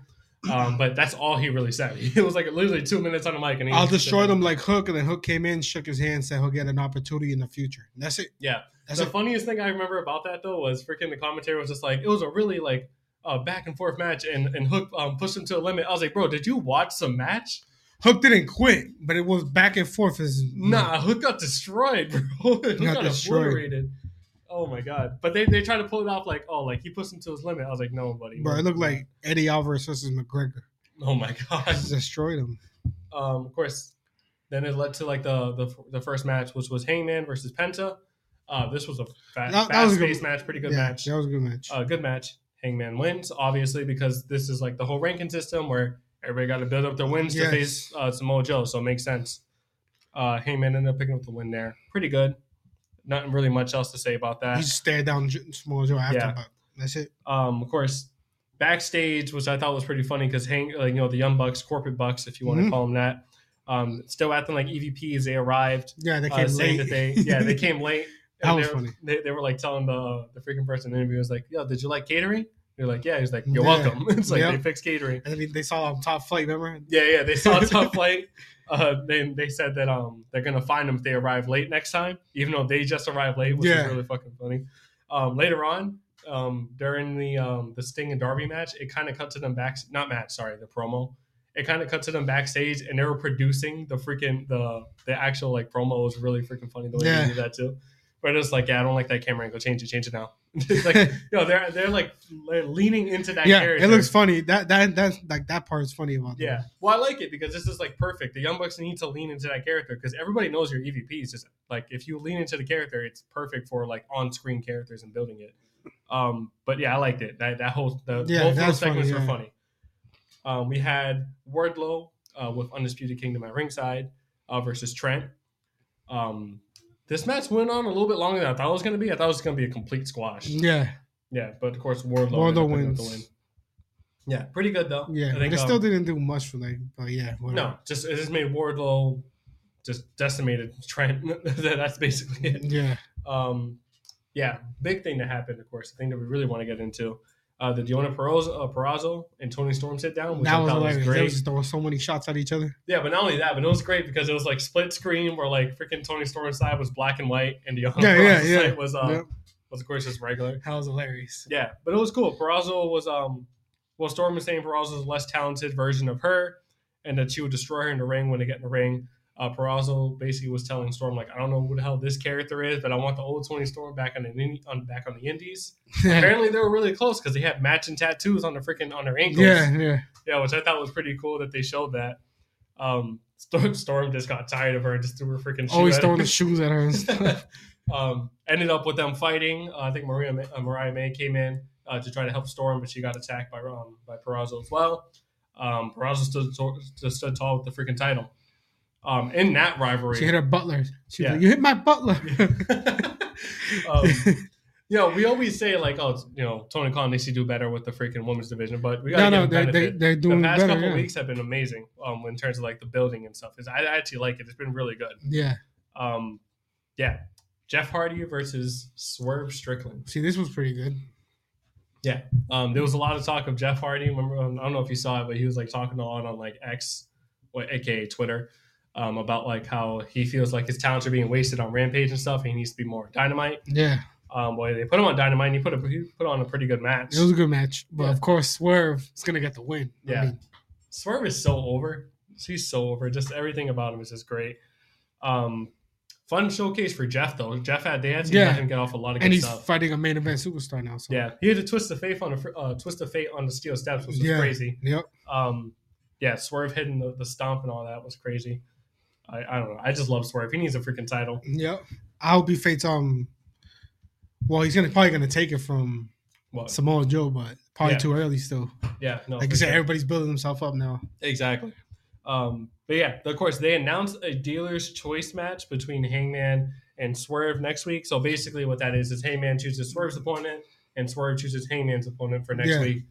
S3: Um, but that's all he really said. It was like literally two minutes on the mic, and he
S4: I'll
S3: just
S4: destroy
S3: said,
S4: them like Hook, and then Hook came in, shook his hand, said he'll get an opportunity in the future. And that's it.
S3: Yeah.
S4: that's
S3: the
S4: it.
S3: funniest thing I remember about that though was freaking the commentary was just like it was a really like uh, back and forth match, and and Hook um, pushed him to the limit. I was like, bro, did you watch some match?
S4: Hook didn't quit, but it was back and forth. As,
S3: Nah, Hook got destroyed, bro. Hook
S4: Got
S3: got,
S4: destroyed.
S3: obliterated. Oh my god! But they they tried to pull it off like oh like he pushed him to his limit. I was like no buddy,
S4: bro, it looked like Eddie Alvarez versus McGregor.
S3: oh my god.
S4: Just destroyed him.
S3: Um, of course, then it led to like the the, the first match, which was Hangman versus Penta. Uh, this was a fa-
S4: That- that was a
S3: fast
S4: good-
S3: paced match, pretty good
S4: yeah,
S3: match.
S4: That was a good match.
S3: a good match. Hangman wins, obviously, because this is like the whole ranking system where everybody got to build up their wins to
S4: Yes.
S3: face uh, Samoa Joe. So it makes sense. Uh, Hangman ended up picking up the win there. Pretty good. Not really much else to say about
S4: he
S3: that.
S4: just stared down J- Small Joe after,
S3: Yeah.
S4: but that's it.
S3: Um, of course, backstage, which I thought was pretty funny because Hang, like, you know, the Young Bucks, corporate Bucks, if you want to
S4: Mhm.
S3: call them that, um, still acting like EVPs. They arrived,
S4: Yeah, they
S3: uh,
S4: came
S3: saying
S4: late.
S3: that they, yeah, they came late.
S4: That
S3: And
S4: was
S3: they,
S4: funny.
S3: They, they were like telling the the freaking person in the interview was like, "Yo, did you like catering?" They're like, "Yeah." He's like, "You're
S4: Yeah.
S3: welcome." It's like
S4: Yeah.
S3: they fixed catering.
S4: I mean, they saw him top flight. Remember?
S3: Yeah, yeah. They saw top flight. Uh, then they said that um they're gonna find them if they arrive late next time, even though they just arrived late, which
S4: Yeah.
S3: is really fucking funny. Um, later on, um, during the um the Sting and Darby match, it kind of cut to them back. Not match, sorry, the promo. It kind of cut to them backstage, and they were producing the freaking the the actual like promo was really freaking funny the way
S4: Yeah.
S3: they did that too. But it's like, yeah, I don't like that camera angle. Change it, change it now. It's like, yo, they're they're like le- leaning into that.
S4: yeah,
S3: character.
S4: it looks funny. That that that's like that part is funny about. that.
S3: Yeah. Well, I like it because this is like perfect. The Young Bucks need to lean into that character because everybody knows your EVP is just like if you lean into the character, it's perfect for like on screen characters and building it. Um, but yeah, I liked it. That that whole the
S4: Yeah,
S3: both those
S4: that's funny,
S3: segments were
S4: yeah.
S3: funny. Um, we had Wardlow uh, with Undisputed Kingdom at ringside uh, versus Trent. Um, this match went on a little bit longer than I thought it was going to be. I thought it was going to be a complete squash.
S4: yeah,
S3: Yeah, but of course Wardlow,
S4: Mm.
S3: ended up
S4: Wardlow
S3: picking up
S4: wins.
S3: the win. Yeah, pretty good though.
S4: yeah.
S3: I
S4: But
S3: think,
S4: it
S3: um,
S4: still didn't do much for like. But yeah, whatever.
S3: no, just it just made Wardlow just decimated Trent. That's basically it.
S4: Yeah,
S3: Um, yeah, big thing that happened, of course. The thing that we really want to get into. Uh, the Diona Perazzo, uh, Perazzo and Tony Storm sit down, which
S4: that
S3: I
S4: was
S3: thought was,
S4: hilarious. They
S3: great.
S4: was just throwing so many shots at each other.
S3: Yeah, but not only that, but it was great because it was like split screen where like freaking Tony Storm's side was black and white, and Diona
S4: Yeah, yeah,
S3: Perazzo's
S4: yeah.
S3: side was uh,
S4: Yep.
S3: was of course just regular.
S4: That was hilarious.
S3: Yeah, but it was cool. Perazzo was um well Storm was saying Perazzo was a less talented version of her and that she would destroy her in the ring when they get in the ring. Uh Perazzo basically was telling Storm like I don't know who the hell this character is, but I want the old Tony Storm back on the in- on back on the indies.
S4: yeah,
S3: Apparently they were really close because they had matching tattoos on the freaking on their ankles.
S4: yeah, yeah.
S3: Yeah, which I thought was pretty cool that they showed that. Um Storm, Storm just got tired of her and just threw her freaking shoe
S4: Always
S3: at
S4: throwing
S3: her.
S4: the shoes at her. And stuff.
S3: um, ended up with them fighting. Uh, I think Maria Ma- uh, Mariah May came in uh, to try to help Storm, but she got attacked by um, by Perazzo as well. Um, Perazzo stood, to- stood tall with the freaking title. Um, in that rivalry,
S4: She hit her butler. She was
S3: Yeah.
S4: like, you hit my butler.
S3: um, you know, we always say like, oh, it's- you know, Tony Khan needs to do better with the freaking women's division, but we got
S4: no,
S3: to
S4: no,
S3: give him
S4: they, they,
S3: benefit.
S4: they're doing
S3: the past
S4: better.
S3: couple
S4: yeah.
S3: weeks have been amazing um, in terms of like the building and stuff. It's, I, I actually like it. It's been really good.
S4: yeah.
S3: Um, yeah, Jeff Hardy versus Swerve Strickland.
S4: See, this was pretty good.
S3: Yeah, um, there was a lot of talk of Jeff Hardy. Remember, um, I don't know if you saw it, but he was like talking a lot on like X, or aka Twitter, um, about like how he feels like his talents are being wasted on Rampage and stuff. And he needs to be more on Dynamite.
S4: Yeah.
S3: Um, boy, they put him on Dynamite. And he put a he put on a pretty good match.
S4: It was a good match. But
S3: Yeah.
S4: of course, Swerve is going to get the win. I
S3: Yeah.
S4: mean,
S3: Swerve is so over. He's so over. Just everything about him is just great. Um, fun showcase for Jeff though. Jeff had they actually
S4: Yeah.
S3: had him get off a lot of good
S4: and he's
S3: stuff.
S4: fighting a main event superstar now. So.
S3: yeah, he had a twist of fate on a fr- uh, twist of fate on the steel steps, which was
S4: Yeah.
S3: crazy.
S4: Yep.
S3: um yeah swerve hitting the, the stomp and all that was crazy I, I don't know i just love swerve he needs a freaking title
S4: Yep. I hope he fates um well he's gonna probably gonna take it from
S3: What?
S4: Samoa Joe, but probably
S3: Yeah.
S4: too early still.
S3: yeah no
S4: Like
S3: for
S4: you said,
S3: sure.
S4: everybody's building themselves up now.
S3: exactly um but yeah of course they announced a dealer's choice match between hangman and swerve next week so basically what that is is hangman chooses swerve's opponent and swerve chooses hangman's opponent for next
S4: Yeah.
S3: week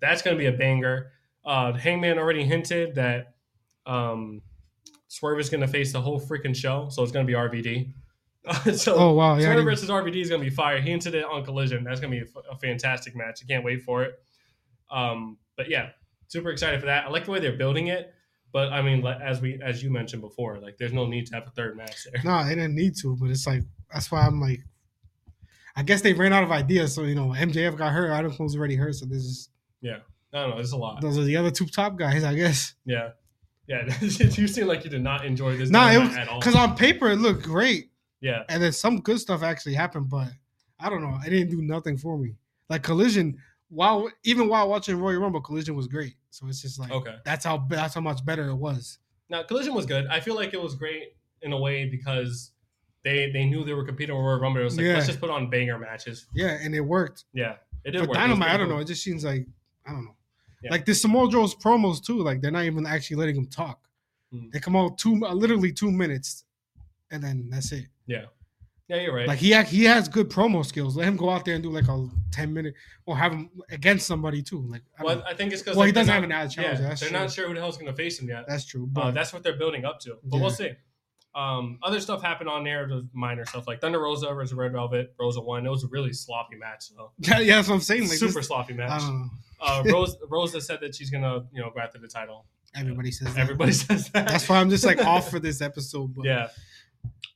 S3: that's going to be a banger uh hangman already hinted that um swerve is going to face the whole freaking show so it's going to be rvd so
S4: Oh wow, yeah. I
S3: Swerve
S4: didn't-
S3: versus RVD is going to be fire. He hinted it on Collision. That's going to be a f- a, fantastic match. I can't wait for it. Um, but yeah, super excited for that. I like the way they're building it. But I mean, like, as we as you mentioned before, like there's no need to have a third match there.
S4: No, they didn't need to, but it's like that's why I'm like I guess they ran out of ideas, so you know, MJF got hurt, Adam Cole's already hurt, so this is
S3: I don't know. There's a lot.
S4: those are the other two top guys, I guess.
S3: Yeah, yeah. you seem like you did not enjoy this
S4: Nah, it
S3: Dynamite
S4: was-
S3: at all.
S4: Because on paper it looked great.
S3: Yeah,
S4: and then some good stuff actually happened, but I don't know. It didn't do nothing for me. Like Collision, while even while watching Royal Rumble, Collision was great. So it's just like
S3: okay.
S4: that's how that's how much better it was.
S3: Now Collision was good. I feel like it was great in a way because they they knew they were competing with Royal Rumble. It was like
S4: Yeah.
S3: let's just put on banger matches.
S4: Yeah, and it worked.
S3: Yeah, it did.
S4: But
S3: work. It was
S4: Dynamite, I
S3: pretty
S4: don't
S3: cool.
S4: know. It just seems like I don't know.
S3: Yeah.
S4: Like the Samoa Joe's promos too. Like they're not even actually letting him talk.
S3: Hmm.
S4: They come out two uh, literally two minutes, and then that's it.
S3: Yeah, you're right.
S4: Like he act- he has good promo skills. Let him go out there and do like a ten minute or have him against somebody too. Like I don't
S3: Well, uh, I think it's because
S4: Well, he doesn't have an added challenge, that's
S3: they're
S4: true.
S3: not sure who the hell's going to face him yet.
S4: that's true.
S3: Uh,
S4: But
S3: that's what they're building up to, but
S4: Yeah.
S3: we'll see. Um, other stuff happened on there, the minor stuff like Thunder Rosa versus Red Velvet. Rosa won. It was a really sloppy match, though.
S4: yeah, that's what I'm saying. Like
S3: Super
S4: this-
S3: sloppy
S4: I
S3: match.
S4: don't know.
S3: Uh, Rose, Rosa said that she's gonna, you know, go after the title.
S4: Everybody says that.
S3: Everybody says that.
S4: That's why I'm just like off for this episode. But
S3: yeah.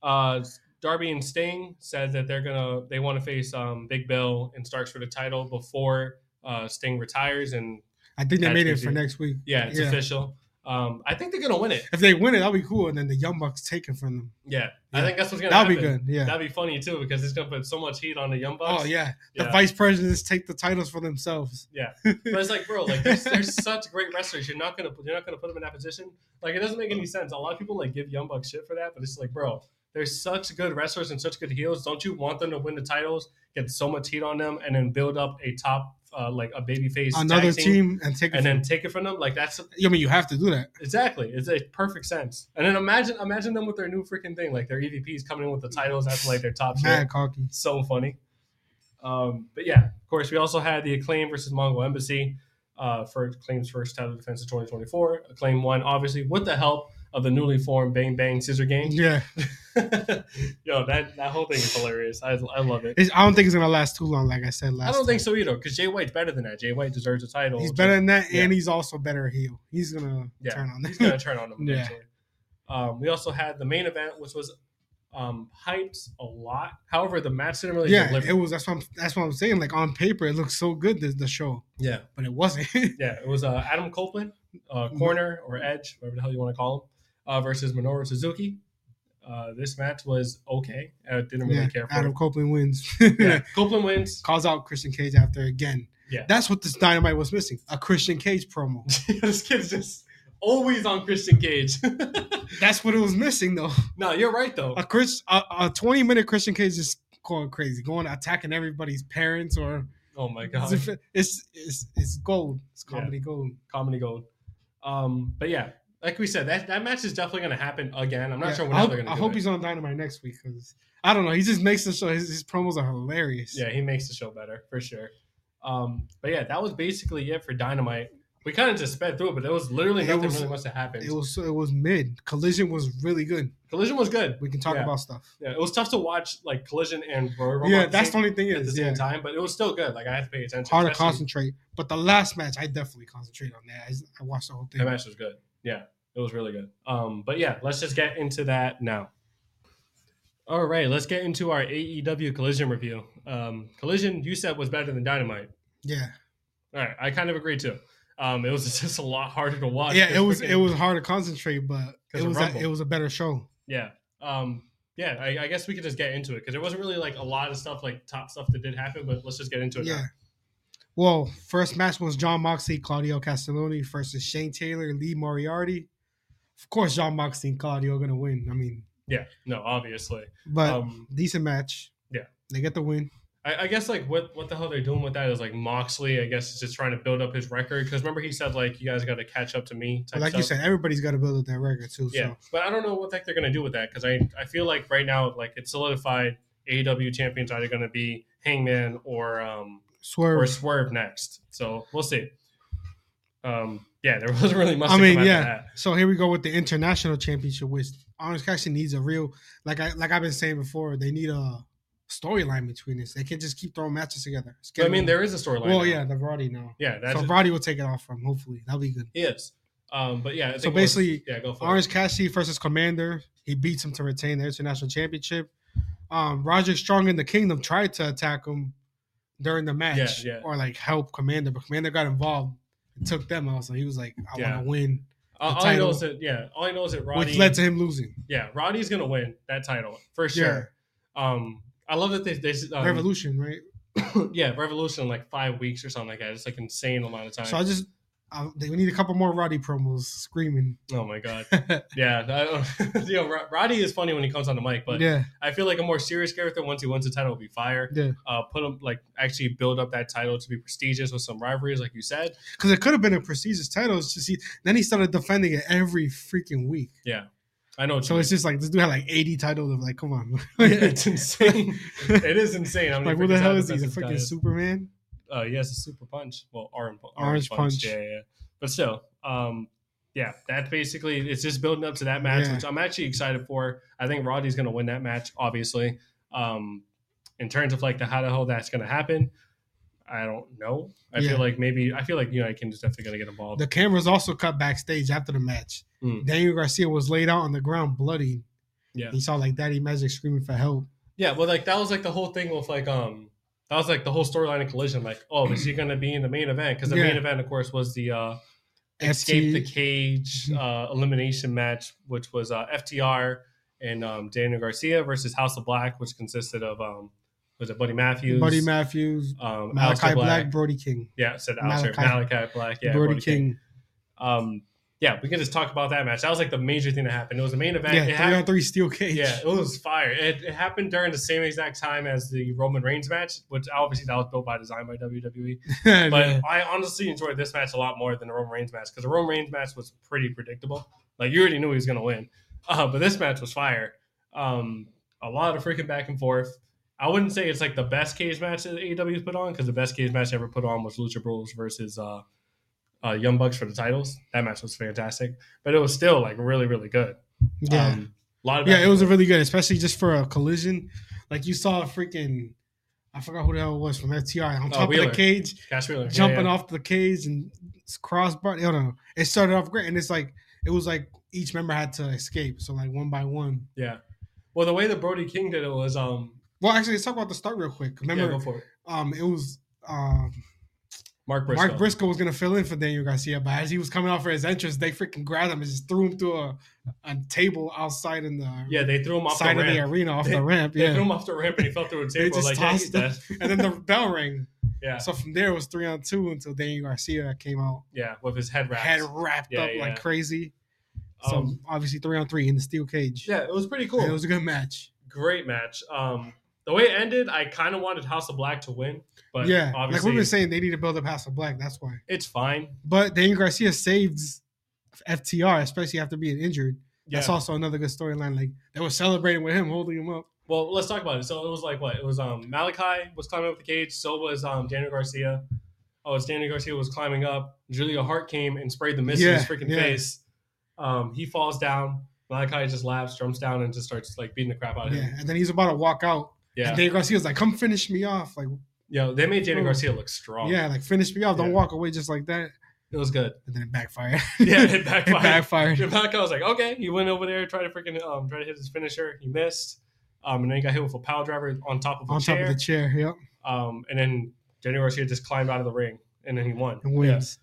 S3: Uh, Darby and Sting said that they're gonna they want to face um, Big Bill and Starks for the title before uh, Sting retires, and
S4: I think they
S3: That's
S4: made it
S3: easy.
S4: for next week.
S3: yeah, it's
S4: Yeah.
S3: official. Um, I think they're gonna win it.
S4: If they win it, that'll be cool. And then the Young Bucks take it from them.
S3: Yeah, I
S4: Yeah.
S3: think that's what's gonna
S4: That'll be
S3: happen.
S4: good. Yeah.
S3: That'd be funny too because it's gonna put so much heat on the Young Bucks.
S4: Oh yeah. The
S3: Yeah.
S4: vice presidents take the titles for themselves.
S3: but it's like, bro, like they're, they're such great wrestlers. You're not gonna you're not gonna put them in that position. Like it doesn't make any sense. A lot of people like give Young Bucks shit for that, but it's like, bro, they're such good wrestlers and such good heels. Don't you want them to win the titles, get so much heat on them, and then build up a top uh, like a baby face
S4: Another team and take it.
S3: and
S4: from
S3: then take it from them? Like that's
S4: I mean, you have to do that.
S3: exactly. It's a perfect sense. And then imagine imagine them with their new freaking thing, like their EVPs coming in with the titles after like their top shit.
S4: Mad cocky.
S3: so funny. Um, but yeah, of course, we also had the Acclaim versus Mongol Embassy uh, for Acclaim's first title defense of 2024. Acclaim won, obviously, with the help of the newly formed Bang Bang Scissor Gang.
S4: Yeah.
S3: Yo, that, that whole thing is hilarious. I, I love it.
S4: It's, I don't think it's gonna last too long. Like I said last.
S3: I don't
S4: time.
S3: think so either, because Jay White's better than that. Jay White deserves a title.
S4: he's
S3: Just-
S4: better than that,
S3: yeah.
S4: and he's also better heel. He's gonna
S3: Yeah.
S4: turn on
S3: he's gonna
S4: that.
S3: turn on him
S4: Yeah.
S3: eventually. Um, we also had the main event, which was um, hyped a lot. However, the match didn't really
S4: yeah,
S3: deliver.
S4: it was. That's what I'm. That's what I'm saying. Like on paper, it looks so good. The, the show,
S3: yeah,
S4: but it wasn't.
S3: Yeah, it was uh, Adam Copeland, uh,
S4: Mm-hmm.
S3: corner or edge, whatever the hell you want to call him, uh, versus Minoru Suzuki. Uh, this match was okay. I didn't really
S4: yeah,
S3: care for
S4: Adam
S3: it.
S4: Copeland wins.
S3: Yeah, Copeland wins.
S4: calls out Christian Cage after again.
S3: Yeah.
S4: That's what this dynamite was missing. A Christian Cage promo.
S3: this kid's just always on Christian Cage.
S4: That's what it was missing, though.
S3: no, you're right though.
S4: A Chris, a, a twenty minute Christian Cage is going crazy, going attacking everybody's parents or
S3: Oh my god,
S4: it's it's it's, it's gold. It's comedy gold.
S3: comedy gold. Um, but yeah, like we said, that that match is definitely going to happen again. I'm not
S4: Yeah,
S3: sure
S4: I
S3: when
S4: hope,
S3: they're going to.
S4: I hope he's on Dynamite next week because I don't know. He just makes the show. His, his promos are hilarious.
S3: Yeah, he makes the show better for sure. Um, but yeah, that was basically it for Dynamite. We kind of just sped through it, but there was literally
S4: It
S3: nothing
S4: was-
S3: really much that happened.
S4: It was it was mid. Collision was really good.
S3: Collision was good.
S4: We can talk
S3: Yeah.
S4: about stuff.
S3: Yeah, it was tough to watch like Collision and Royal Rumble
S4: yeah,
S3: at the
S4: that's the
S3: same-
S4: only thing
S3: at the
S4: is
S3: same
S4: yeah,
S3: time, but it was still good. Like I had to pay attention.
S4: hard to
S3: especially-
S4: concentrate. But the last match, I definitely concentrated on that. I, just- I watched the whole thing.
S3: That match was good. Yeah, it was really good. Um, but yeah, let's just get into that now. All right, let's get into our AEW Collision review. Um, Collision, you said was better than Dynamite.
S4: Yeah,
S3: All right, I kind of agree too. Um, it was just a lot harder to watch.
S4: yeah. It was
S3: Freaking-
S4: it was hard to concentrate, but
S3: 'Cause
S4: it
S3: of
S4: was a,
S3: Rumble.
S4: it was a better show.
S3: Yeah. Um, yeah, I, I guess we could just get into it because there wasn't really like a lot of stuff, like top stuff that did happen, but let's just get into it.
S4: Yeah.
S3: now.
S4: Well, first match was John Moxley, Claudio Castelloni versus Shane Taylor, Lee Moriarty. Of course, John Moxley and Claudio are gonna win. I mean,
S3: Yeah. No, obviously.
S4: but
S3: Um,
S4: decent match.
S3: yeah.
S4: they get the win.
S3: I, I guess like what what the hell they're doing with that is like Moxley. I guess is just trying to build up his record because remember he said like you guys got to catch up to me.
S4: But
S3: type
S4: like you
S3: stuff.
S4: said, everybody's got to build up that record too.
S3: yeah.
S4: So
S3: But I don't know what the heck they're gonna do with that because I I feel like right now like it's solidified. AEW champions either gonna be Hangman or um
S4: swerve.
S3: or Swerve next. So we'll see. Um, yeah, there wasn't really much.
S4: I
S3: to
S4: mean,
S3: come out of
S4: yeah.
S3: that.
S4: So here we go with the international championship, which Honest Cashin needs a real like I like I've been saying before. They need a storyline between this. They can't just keep throwing matches together. It's
S3: But, I
S4: getting-
S3: mean, there is a storyline.
S4: Well,
S3: now.
S4: yeah, the Roddy now.
S3: yeah, that's
S4: So Roddy will take it off from. Hopefully, that'll be good.
S3: is. Um, but yeah, I think
S4: So
S3: it was-
S4: basically,
S3: yeah, go for
S4: Orange Cassidy versus Commander. He beats him to retain the international championship. Um, Roger Strong in the Kingdom tried to attack him during the match
S3: Yeah, yeah.
S4: or like help Commander, but Commander got involved and took them out. So he was like, "I
S3: Yeah.
S4: want to win,"
S3: it. Uh,
S4: the
S3: all I know
S4: title.
S3: is that yeah, all I know is that Roddy.
S4: which led to him losing.
S3: yeah, Roddy's gonna win that title for sure. Um, I love that they they
S4: Yeah,
S3: um,
S4: Revolution, right?
S3: yeah Revolution in like five weeks or something like that. It's like insane amount of time.
S4: So I just I, they- we need a couple more Roddy promos screaming.
S3: oh my god, yeah, I, you know, Ro- Roddy is funny when he comes on the mic, but
S4: yeah,
S3: I feel like a more serious character once he wins the title will be fire.
S4: yeah,
S3: Uh, put him like actually build up that title to be prestigious with some rivalries, like you said.
S4: because it could have been a prestigious title. It's just he, then he started defending it every freaking week.
S3: Yeah, I know. what you
S4: So it's just like this dude had like eighty titles. Of like, come on,
S3: it's insane. it is insane. I mean,
S4: like what the hell is he? The freaking Superman?
S3: Uh, he has a super punch. Well, orange, orange,
S4: Orange
S3: punch.
S4: punch.
S3: Yeah, yeah, yeah. But still, um, yeah, that's basically it's just building up to that match,
S4: Yeah.
S3: which I'm actually excited for. I think Roddy's going to win that match, obviously. Um, in terms of like the how the hell that's going to happen, I don't know. I
S4: Yeah.
S3: feel like maybe I feel like you know I can just definitely going to get involved.
S4: The cameras also cut backstage after the match.
S3: Oh. Hmm.
S4: Daniel Garcia was laid out on the ground, bloody.
S3: Yeah.
S4: he saw like Daddy Magic screaming for help.
S3: Yeah, well, like that was like the whole thing with like um that was like the whole storyline of Collision. Like, oh, is he going to be in the main event? Because the
S4: Yeah.
S3: main event, of course, was the uh
S4: FT
S3: escape the cage
S4: Hmm.
S3: uh, elimination match, which was uh, FTR and um, Daniel Garcia versus House of Black, which consisted of um was it Buddy Matthews,
S4: Buddy Matthews,
S3: um,
S4: Malachi
S3: Aleister
S4: Black, Brody King,
S3: yeah, said Malachi.
S4: Malachi.
S3: Malachi Black, yeah,
S4: Brody, King.
S3: Um, yeah, we can just talk about that match. That was like the major thing that happened. It was the main event.
S4: Yeah,
S3: it
S4: three
S3: happened-
S4: on three steel cage.
S3: yeah, it was fire. It, it happened during the same exact time as the Roman Reigns match, which obviously that was built by design by E. WWE.
S4: Yeah,
S3: But I honestly enjoyed this match a lot more than the Roman Reigns match because the Roman Reigns match was pretty predictable. Like you already knew he was going to win, uh, but this match was fire. Um, a lot of freaking back and forth. I wouldn't say it's like the best cage match that AEW's put on because the best cage match ever put on was Lucha Bros versus uh, uh, Young Bucks for the titles. That match was fantastic, but it was still like really really good.
S4: yeah.
S3: Um, a lot of
S4: Yeah,
S3: back
S4: it
S3: and
S4: was a really good, especially just for a collision. Like you saw a freaking, I forgot who the hell it was from FTR on top of
S3: Oh, Wheeler.
S4: the cage,
S3: Cash Wheeler. Yeah,
S4: jumping
S3: yeah.
S4: off the cage and it's crossbar. I don't know. It started off great, and it's like it was like each member had to escape, so like one by one.
S3: Yeah. Well, the way that Brody King did it was um.
S4: Well, actually, let's talk about the start real quick.
S3: yeah,
S4: Remember,
S3: go for it.
S4: um, it was um,
S3: Mark Briscoe.
S4: Mark Briscoe was gonna fill in for Daniel Garcia, but as he was coming out for his entrance, they freaking grabbed him and just threw him through a, a table outside in the
S3: Yeah, they threw him off the
S4: side of
S3: ramp.
S4: the arena off
S3: They-
S4: the ramp.
S3: They
S4: Yeah,
S3: threw him off the ramp and he fell through a table.
S4: just
S3: like, yeah,
S4: tossed
S3: he's dead.
S4: him. and then the bell rang.
S3: Yeah.
S4: So from there it was three on two until Daniel Garcia came out,
S3: Yeah, with his head wraps.
S4: had wrapped
S3: Yeah,
S4: up
S3: yeah.
S4: like crazy. So
S3: Um,
S4: obviously three on three in the steel cage.
S3: yeah, it was pretty cool.
S4: And it was a good match.
S3: Great match. Um, the way it ended, I kind of wanted House of Black to win, but
S4: yeah, like
S3: obviously
S4: we've been saying, they need to build up House of Black. That's why.
S3: it's fine.
S4: But Daniel Garcia saves FTR, especially after being injured.
S3: Yeah.
S4: That's also another good storyline. Like they were celebrating with him, holding him up.
S3: Well, let's talk about it. So it was like what? It was um Malachi was climbing up the cage. So was um Daniel Garcia. Oh, it's Daniel Garcia was climbing up. Julia Hart came and sprayed the mist in his
S4: Yeah,
S3: freaking
S4: yeah.
S3: face. Um, he falls down. Malachi just laughs, jumps down, and just starts like beating the crap out of
S4: Yeah,
S3: him.
S4: and then he's about to walk out.
S3: Oh, Yeah,
S4: And Daniel Garcia's like, "Come finish me off." Like,
S3: yeah. They made Daniel
S4: Oh.
S3: Garcia look strong.
S4: yeah, like finish me off. Don't
S3: Yeah.
S4: walk away just like that.
S3: it was good.
S4: And then it backfired.
S3: Yeah, it backfired.
S4: it backfired.
S3: Malachi was like, okay. He went over there, tried to freaking um, try to hit his finisher. He missed. Um, and then he got hit with a power driver on top of a
S4: on
S3: chair.
S4: top of the chair. Yep,
S3: um, and then Daniel Garcia just climbed out of the ring, and then he won.
S4: and wins.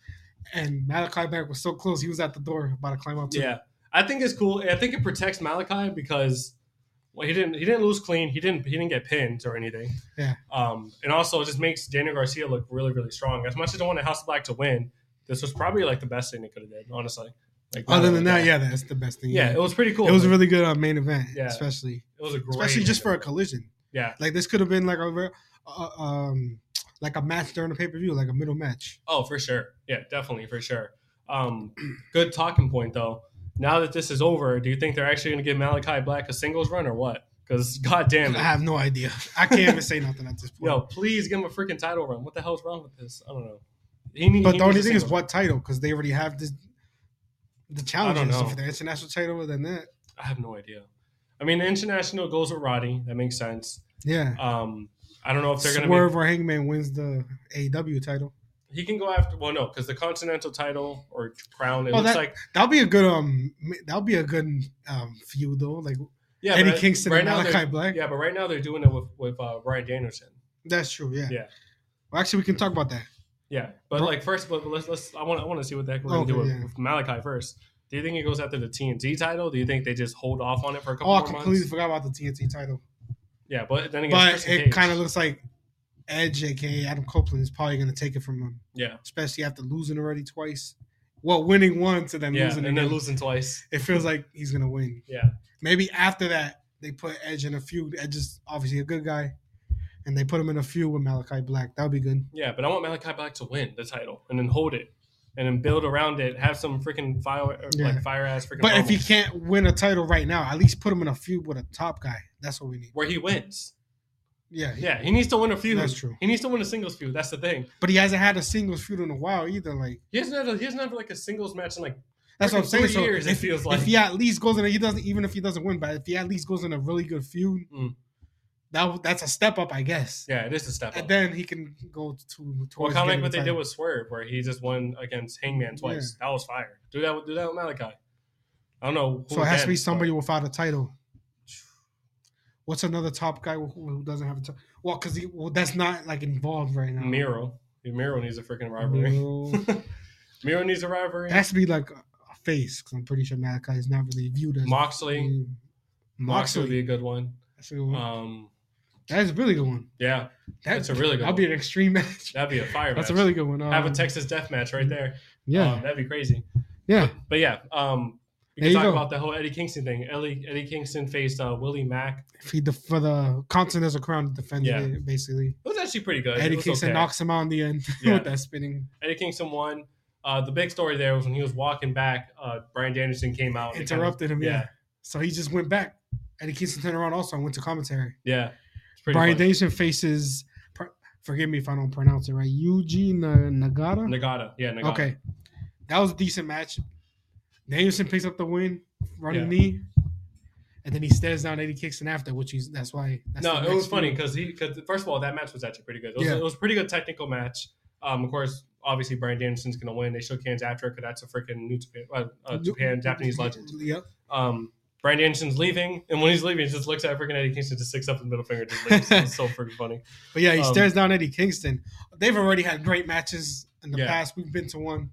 S4: And Malachi Black was so close; he was at the door about to climb up. To
S3: Yeah. Yeah. I think it's cool. I think it protects Malachi because well, he didn't he didn't lose clean. He didn't he didn't get pinned or anything.
S4: Yeah.
S3: Um, and also it just makes Daniel Garcia look really really strong. As much as I wanted House of Black to win, this was probably like the best thing they could have did. Honestly. Like
S4: Other
S3: Malachi-
S4: than that, yeah, that's the best thing.
S3: Yeah, it was pretty cool.
S4: it was a
S3: Like,
S4: really good uh, main event,
S3: Yeah.
S4: especially
S3: it was a great
S4: especially just for a
S3: event.
S4: collision.
S3: yeah.
S4: Like this could have been like a re- uh, um like a match during the pay per view, like a middle match.
S3: Oh, for sure. Yeah, definitely for sure. Um, good talking point though. Now that this is over, do you think they're actually going to give Malachi Black a singles run or what? Because goddamn
S4: I
S3: it.
S4: have no idea. I can't even say nothing at this point.
S3: Yo, please give him a freaking title run. What the hell's wrong with this? I don't know. He need-
S4: but
S3: he
S4: the only
S3: needs a
S4: thing is
S3: single.
S4: what title because they already have this the
S3: I don't
S4: challenges
S3: know.
S4: for the international title. Than that,
S3: I have no idea. I mean, international goes with Roddy. That makes sense.
S4: yeah.
S3: Um, I don't know if they're going to.
S4: Swerve or Hangman wins the AEW title.
S3: He can go after. Well, no, because the continental title or crown. It
S4: Oh,
S3: looks
S4: that-
S3: like
S4: That'll be a good um. That'll be a good um feud though. Like
S3: yeah,
S4: Eddie
S3: but
S4: Kingston and
S3: now
S4: Malachi
S3: they're-
S4: Black.
S3: Yeah, but right now they're doing it with with uh, Brian Danielson.
S4: that's true. Yeah.
S3: Yeah.
S4: Well, actually, we can talk about that.
S3: Yeah, but
S4: Bro-
S3: like first, but let's let's. I want I want to see what the heck we're going to
S4: Okay,
S3: do with,
S4: yeah.
S3: with Malachi first. Do you think he goes after the TNT title? Do you think they just hold off on it for a
S4: Oh,
S3: couple
S4: I
S3: more
S4: completely
S3: months?
S4: forgot about the TNT title.
S3: Yeah, but then again,
S4: But
S3: Christian
S4: it
S3: Cage.
S4: kind of looks like Edge, aka Adam Copeland, is probably going to take it from him,
S3: yeah,
S4: especially after losing already twice. Well, winning once and then
S3: yeah,
S4: losing
S3: and then
S4: again.
S3: losing twice.
S4: It feels like he's going to win.
S3: Yeah,
S4: Maybe after that, they put Edge in a feud. Edge is obviously a good guy, and they put him in a feud with Malachi Black. That would be good.
S3: yeah, but I want Malachi Black to win the title and then hold it and then build around it. Have some freaking fire,
S4: Yeah.
S3: like fire ass freaking.
S4: But if he
S3: promos
S4: can't win a title right now, at least put him in a feud with a top guy. That's what we need.
S3: where he wins,
S4: Yeah.
S3: yeah, he needs to win a feud.
S4: That's true.
S3: He needs to win a singles feud. That's the thing.
S4: But he hasn't had a singles feud in a while either. Like
S3: He hasn't had a, he hasn't had like a singles match in like
S4: that's what I'm
S3: freaking
S4: saying.
S3: three
S4: So
S3: years. it
S4: if,
S3: feels like
S4: if he at least goes in, a, he doesn't even if he doesn't win, but if he at least goes in a really good feud,
S3: Mm.
S4: that that's a step up, I guess.
S3: yeah, it is a step up.
S4: And then he can go to
S3: Well,
S4: towards
S3: kind of like
S4: getting
S3: what they
S4: the
S3: did
S4: title.
S3: with Swerve, where he just won against Hangman twice. That was fire. Do that. with Do that with Malachi. I don't know. who
S4: So it has to be
S3: against, but-
S4: somebody without a title. What's another top guy who, who doesn't have a title? Well, because well, that's not like involved right now. Mm-hmm.
S3: Miro. Miro needs a freaking rivalry.
S4: Miro.
S3: Miro needs a rivalry.
S4: It has to be like a a face because I'm pretty sure Malachi is not really viewed as
S3: Moxley.
S4: Mm.
S3: Moxley would be a
S4: Moxley.
S3: good one.
S4: That's a good one.
S3: Um,
S4: That's a really good one.
S3: yeah,
S4: That-
S3: That's a really good
S4: That'd be an extreme match.
S3: that'd be a fire.
S4: That's a
S3: match.
S4: really good one. Um,
S3: have a Texas Death match right there.
S4: Yeah,
S3: Um, that'd be crazy.
S4: yeah.
S3: But yeah, um, we
S4: There
S3: can
S4: you
S3: talk
S4: go.
S3: about the whole Eddie Kingston thing. Eddie, Eddie Kingston faced uh, Willie Mack.
S4: If he def- for the continental crown defended
S3: Yeah.
S4: it basically.
S3: It was actually pretty good. It
S4: Eddie
S3: was
S4: Kingston
S3: okay.
S4: knocks him out in the end
S3: Yeah.
S4: with that spinning
S3: Eddie Kingston won. Uh, the big story there was when he was walking back, uh, Brian Danielson came out. and
S4: interrupted him. Yeah.
S3: Um, yeah.
S4: So he just went back. Eddie Kingston turned around also and went to commentary.
S3: kinda- yeah. It's pretty
S4: Brian
S3: funny.
S4: Danielson faces. pr- Forgive me if I don't pronounce it right. Yuji Na- Nagata.
S3: Nagata. Yeah, Nagata.
S4: Okay. That was a decent match. Danielson picks up the win, running
S3: Yeah.
S4: knee, and then he stares down Eddie Kingston after, which he's that's why. That's the
S3: No, it
S4: next
S3: was funny
S4: feud.
S3: because he because first of all that match was actually pretty good. It was,
S4: Yeah.
S3: it was a pretty good technical match. Um, of course, obviously Brian Danielson's gonna win. They shook hands after because that's a freaking new Japan, uh, uh, Japan Japanese legend.
S4: Yep.
S3: Um, Brian Danielson's leaving, and when he's leaving, he just looks at freaking Eddie Kingston, just sticks up his middle finger, just leaves. it's so freaking funny.
S4: But yeah, he
S3: Um,
S4: stares down Eddie Kingston. They've already had great matches in the
S3: Yeah.
S4: past. We've been to one.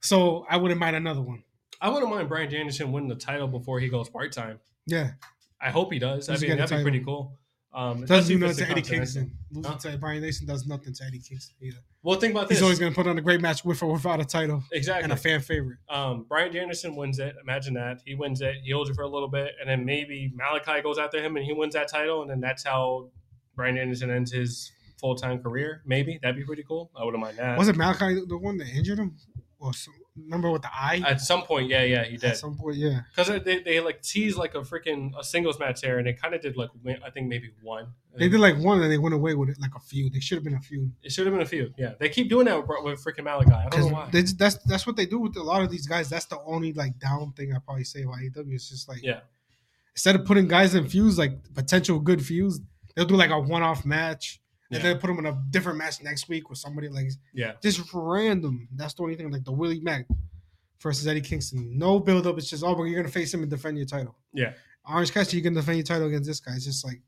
S4: So I wouldn't mind another one.
S3: I wouldn't mind Brian Danielson winning the title before he goes part time.
S4: Yeah.
S3: I hope he does. I
S4: He's
S3: mean,
S4: got a
S3: that'd be
S4: title.
S3: pretty cool. Um,
S4: Doesn't
S3: especially
S4: do
S3: if it's
S4: nothing to
S3: a
S4: Eddie
S3: confidential-
S4: Kingston. Losing
S3: Huh?
S4: to Brian Danielson does nothing to Eddie Kingston either.
S3: Well, think about
S4: He's
S3: this.
S4: always going to put on a great match with or without a title
S3: exactly.
S4: and a fan favorite.
S3: um, Brian Danielson wins it. Imagine that he wins it. He holds it for a little bit, and then maybe Malachi goes after him, and he wins that title, and then that's how Brian Danielson ends his full time career. Maybe that'd be pretty cool. I wouldn't mind that.
S4: Wasn't Malachi the one that injured him? Or some, remember with the eye?
S3: At some point, yeah, yeah, he
S4: At
S3: did.
S4: some point, yeah.
S3: Because they, they like teased like a freaking a singles match there, and they kind of did like win, I think maybe one.
S4: They did like one and they went away with it, like a feud. They should have been a feud.
S3: It should have been a few. Yeah, they keep doing that with, Bro- with freaking Malachi. I don't know why.
S4: Because they just- that's that's what they do with a lot of these guys. That's the only like down thing I probably say about AEW. It's just like
S3: Yeah.
S4: instead of putting guys in feuds like potential good feuds, they'll do like a one off match
S3: Yeah.
S4: and then put them in a different match next week with somebody like
S3: yeah,
S4: just random. That's the only thing like the Willie Mack versus Eddie Kingston. No build up. It's just oh, but you're gonna face him and defend your title.
S3: yeah.
S4: Orange Cassidy, you're gonna defend your title against this guy. It's just like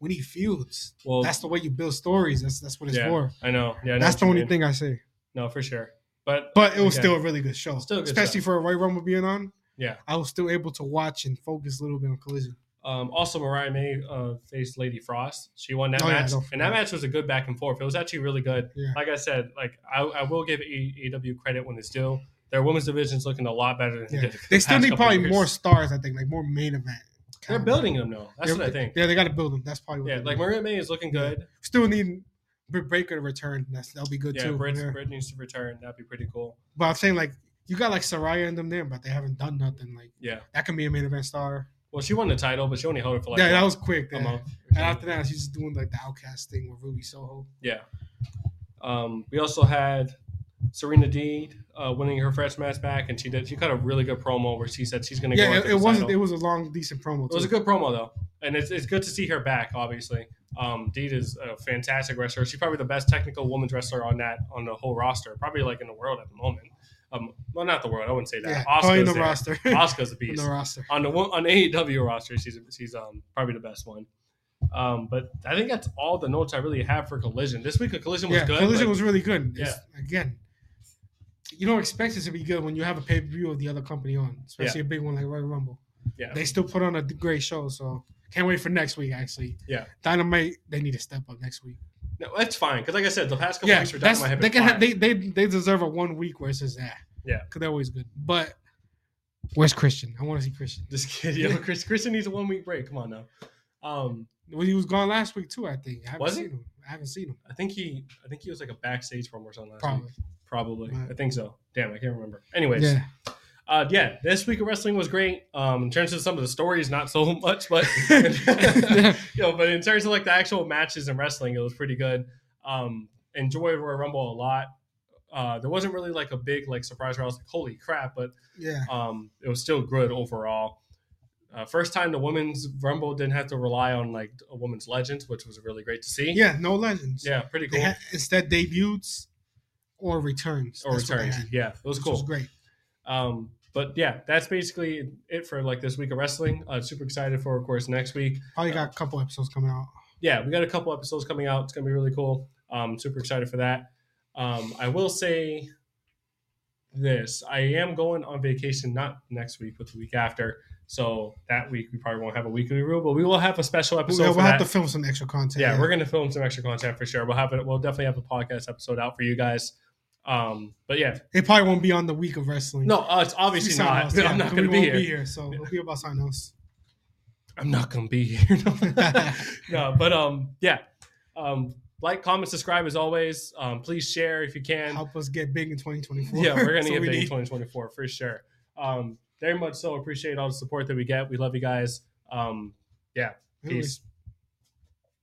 S4: we need feuds.
S3: Well,
S4: That's the way you build stories. That's that's what it's
S3: yeah,
S4: for.
S3: I know. Yeah, I know
S4: That's
S3: what
S4: the
S3: you
S4: only
S3: mean.
S4: thing I say.
S3: No, for sure. But
S4: But it was
S3: Yeah.
S4: still a really good show,
S3: Still a good
S4: especially for a Royal Rumble being on.
S3: yeah.
S4: I was still able to watch and focus a little bit on Collision.
S3: Um, also, Mariah May uh, faced Lady Frost. She won that
S4: Oh, yeah,
S3: match,
S4: don't
S3: and that
S4: forget.
S3: match was a good back and forth. It was actually really good.
S4: Yeah.
S3: Like I said, like I, I will give AEW credit when it's due. Their women's division's looking a lot better than it
S4: Yeah.
S3: did the
S4: They still
S3: past
S4: need
S3: couple
S4: probably
S3: years.
S4: more stars, I think, like more main event.
S3: They're
S4: kinda.
S3: building them though. That's
S4: They're-
S3: what I think.
S4: Yeah, they got to build them. That's probably what
S3: Yeah,
S4: they
S3: like
S4: do.
S3: Maria May is looking good.
S4: still need Britt Baker to return. That's that'll be good
S3: Yeah,
S4: too.
S3: Britt,
S4: Yeah.
S3: Britt needs to return. That'd be pretty cool.
S4: But I'm saying like you got like Soraya and them there, but they haven't done nothing. Like
S3: Yeah.
S4: that can be a main event star.
S3: Well, she won the title, but she only held it for like
S4: yeah, that
S3: what,
S4: was quick.
S3: a
S4: yeah.
S3: month.
S4: And after that, she's just doing like the outcast thing with Ruby Soho.
S3: Yeah. Um, we also had Serena Deed uh, winning her first match back, and she did. She cut a really good promo where she said she's going to go.
S4: Yeah,
S3: after
S4: it,
S3: the
S4: it wasn't.
S3: title.
S4: It was a long, decent promo.
S3: It was
S4: too.
S3: a good promo though, and it's, it's good to see her back. Obviously, um, Deed is a fantastic wrestler. She's probably the best technical women's wrestler on that on the whole roster, probably like in the world at the moment. Um, well, not the world. I wouldn't say that.
S4: Yeah, probably in
S3: Oscar's
S4: the roster.
S3: Oscar's a
S4: in
S3: beast
S4: the roster.
S3: on the wo- on the AEW roster. She's she's um probably the best one. Um, but I think that's all the notes I really have for Collision this week. A Collision was
S4: yeah,
S3: good.
S4: Collision
S3: but-
S4: was really good. It's- Again, you don't expect it to be good when you have a pay per view of the other company on, especially a big one like Royal Rumble.
S3: yeah.
S4: They still put on a great show, so can't wait for next week. Actually,
S3: Yeah.
S4: Dynamite. They need to step up next week.
S3: No, that's fine because, like I said, the past couple
S4: yeah,
S3: weeks were
S4: that's,
S3: Dynamite.
S4: they can have, they they they deserve a one week where it's just that.
S3: Yeah.
S4: because they're always good. But where's Christian? I want to see Christian.
S3: this kid, yeah, but Chris Christian needs a one week break. Come on now. Um,
S4: Well, he was gone last week too. I think. I haven't
S3: Was he?
S4: seen him. I haven't seen him.
S3: I think he, I think he was like a backstage promo or something last
S4: Probably.
S3: week. Probably,
S4: Right.
S3: I think so. Damn, I can't remember. Anyways,
S4: Yeah.
S3: uh, yeah, this week of wrestling was great. Um, in terms of some of the stories, not so much, but you know, but in terms of like the actual matches in wrestling, it was pretty good. Um, enjoyed Royal Rumble a lot. Uh, there wasn't really like a big like surprise where I was like, holy crap, but
S4: Yeah.
S3: um, it was still good overall. Uh, first time the women's rumble didn't have to rely on like a woman's legend, which was really great to see.
S4: Yeah. No legends.
S3: yeah, pretty
S4: They
S3: cool.
S4: had instead debuts or returns.
S3: or
S4: That's what they
S3: returns,
S4: had,
S3: yeah, it was
S4: which
S3: cool.
S4: Was great.
S3: Um, but yeah, that's basically it for like this week of wrestling. Uh, super excited for, of course, next week.
S4: Probably got a couple episodes coming out.
S3: yeah, we got a couple episodes coming out. It's gonna be really cool. Um, super excited for that. Um, I will say this: I am going on vacation, not next week, but the week after. So that week we probably won't have a weekly rule, but we will have a special episode.
S4: yeah,
S3: for
S4: we'll have
S3: that.
S4: to film some extra content.
S3: yeah, we're gonna film some extra content for sure. We'll have it. We'll definitely have a podcast episode out for you guys. Um, but yeah,
S4: It probably won't be on the week of wrestling.
S3: no, uh, it's
S4: It'll be
S3: obviously
S4: something
S3: not.
S4: else, yeah,
S3: I'm not
S4: we
S3: gonna be
S4: won't
S3: here.
S4: so it'll be about something else.
S3: I'm not gonna be here. no, but um, yeah, um, like, comment, subscribe as always. Um, please share if you can.
S4: Help us get big in 2024.
S3: yeah, we're gonna
S4: So
S3: get
S4: we
S3: big in
S4: need-
S3: 2024 for sure. Um, very much so. Appreciate all the support that we get. We love you guys. Um, yeah,
S4: Anyway,
S3: peace.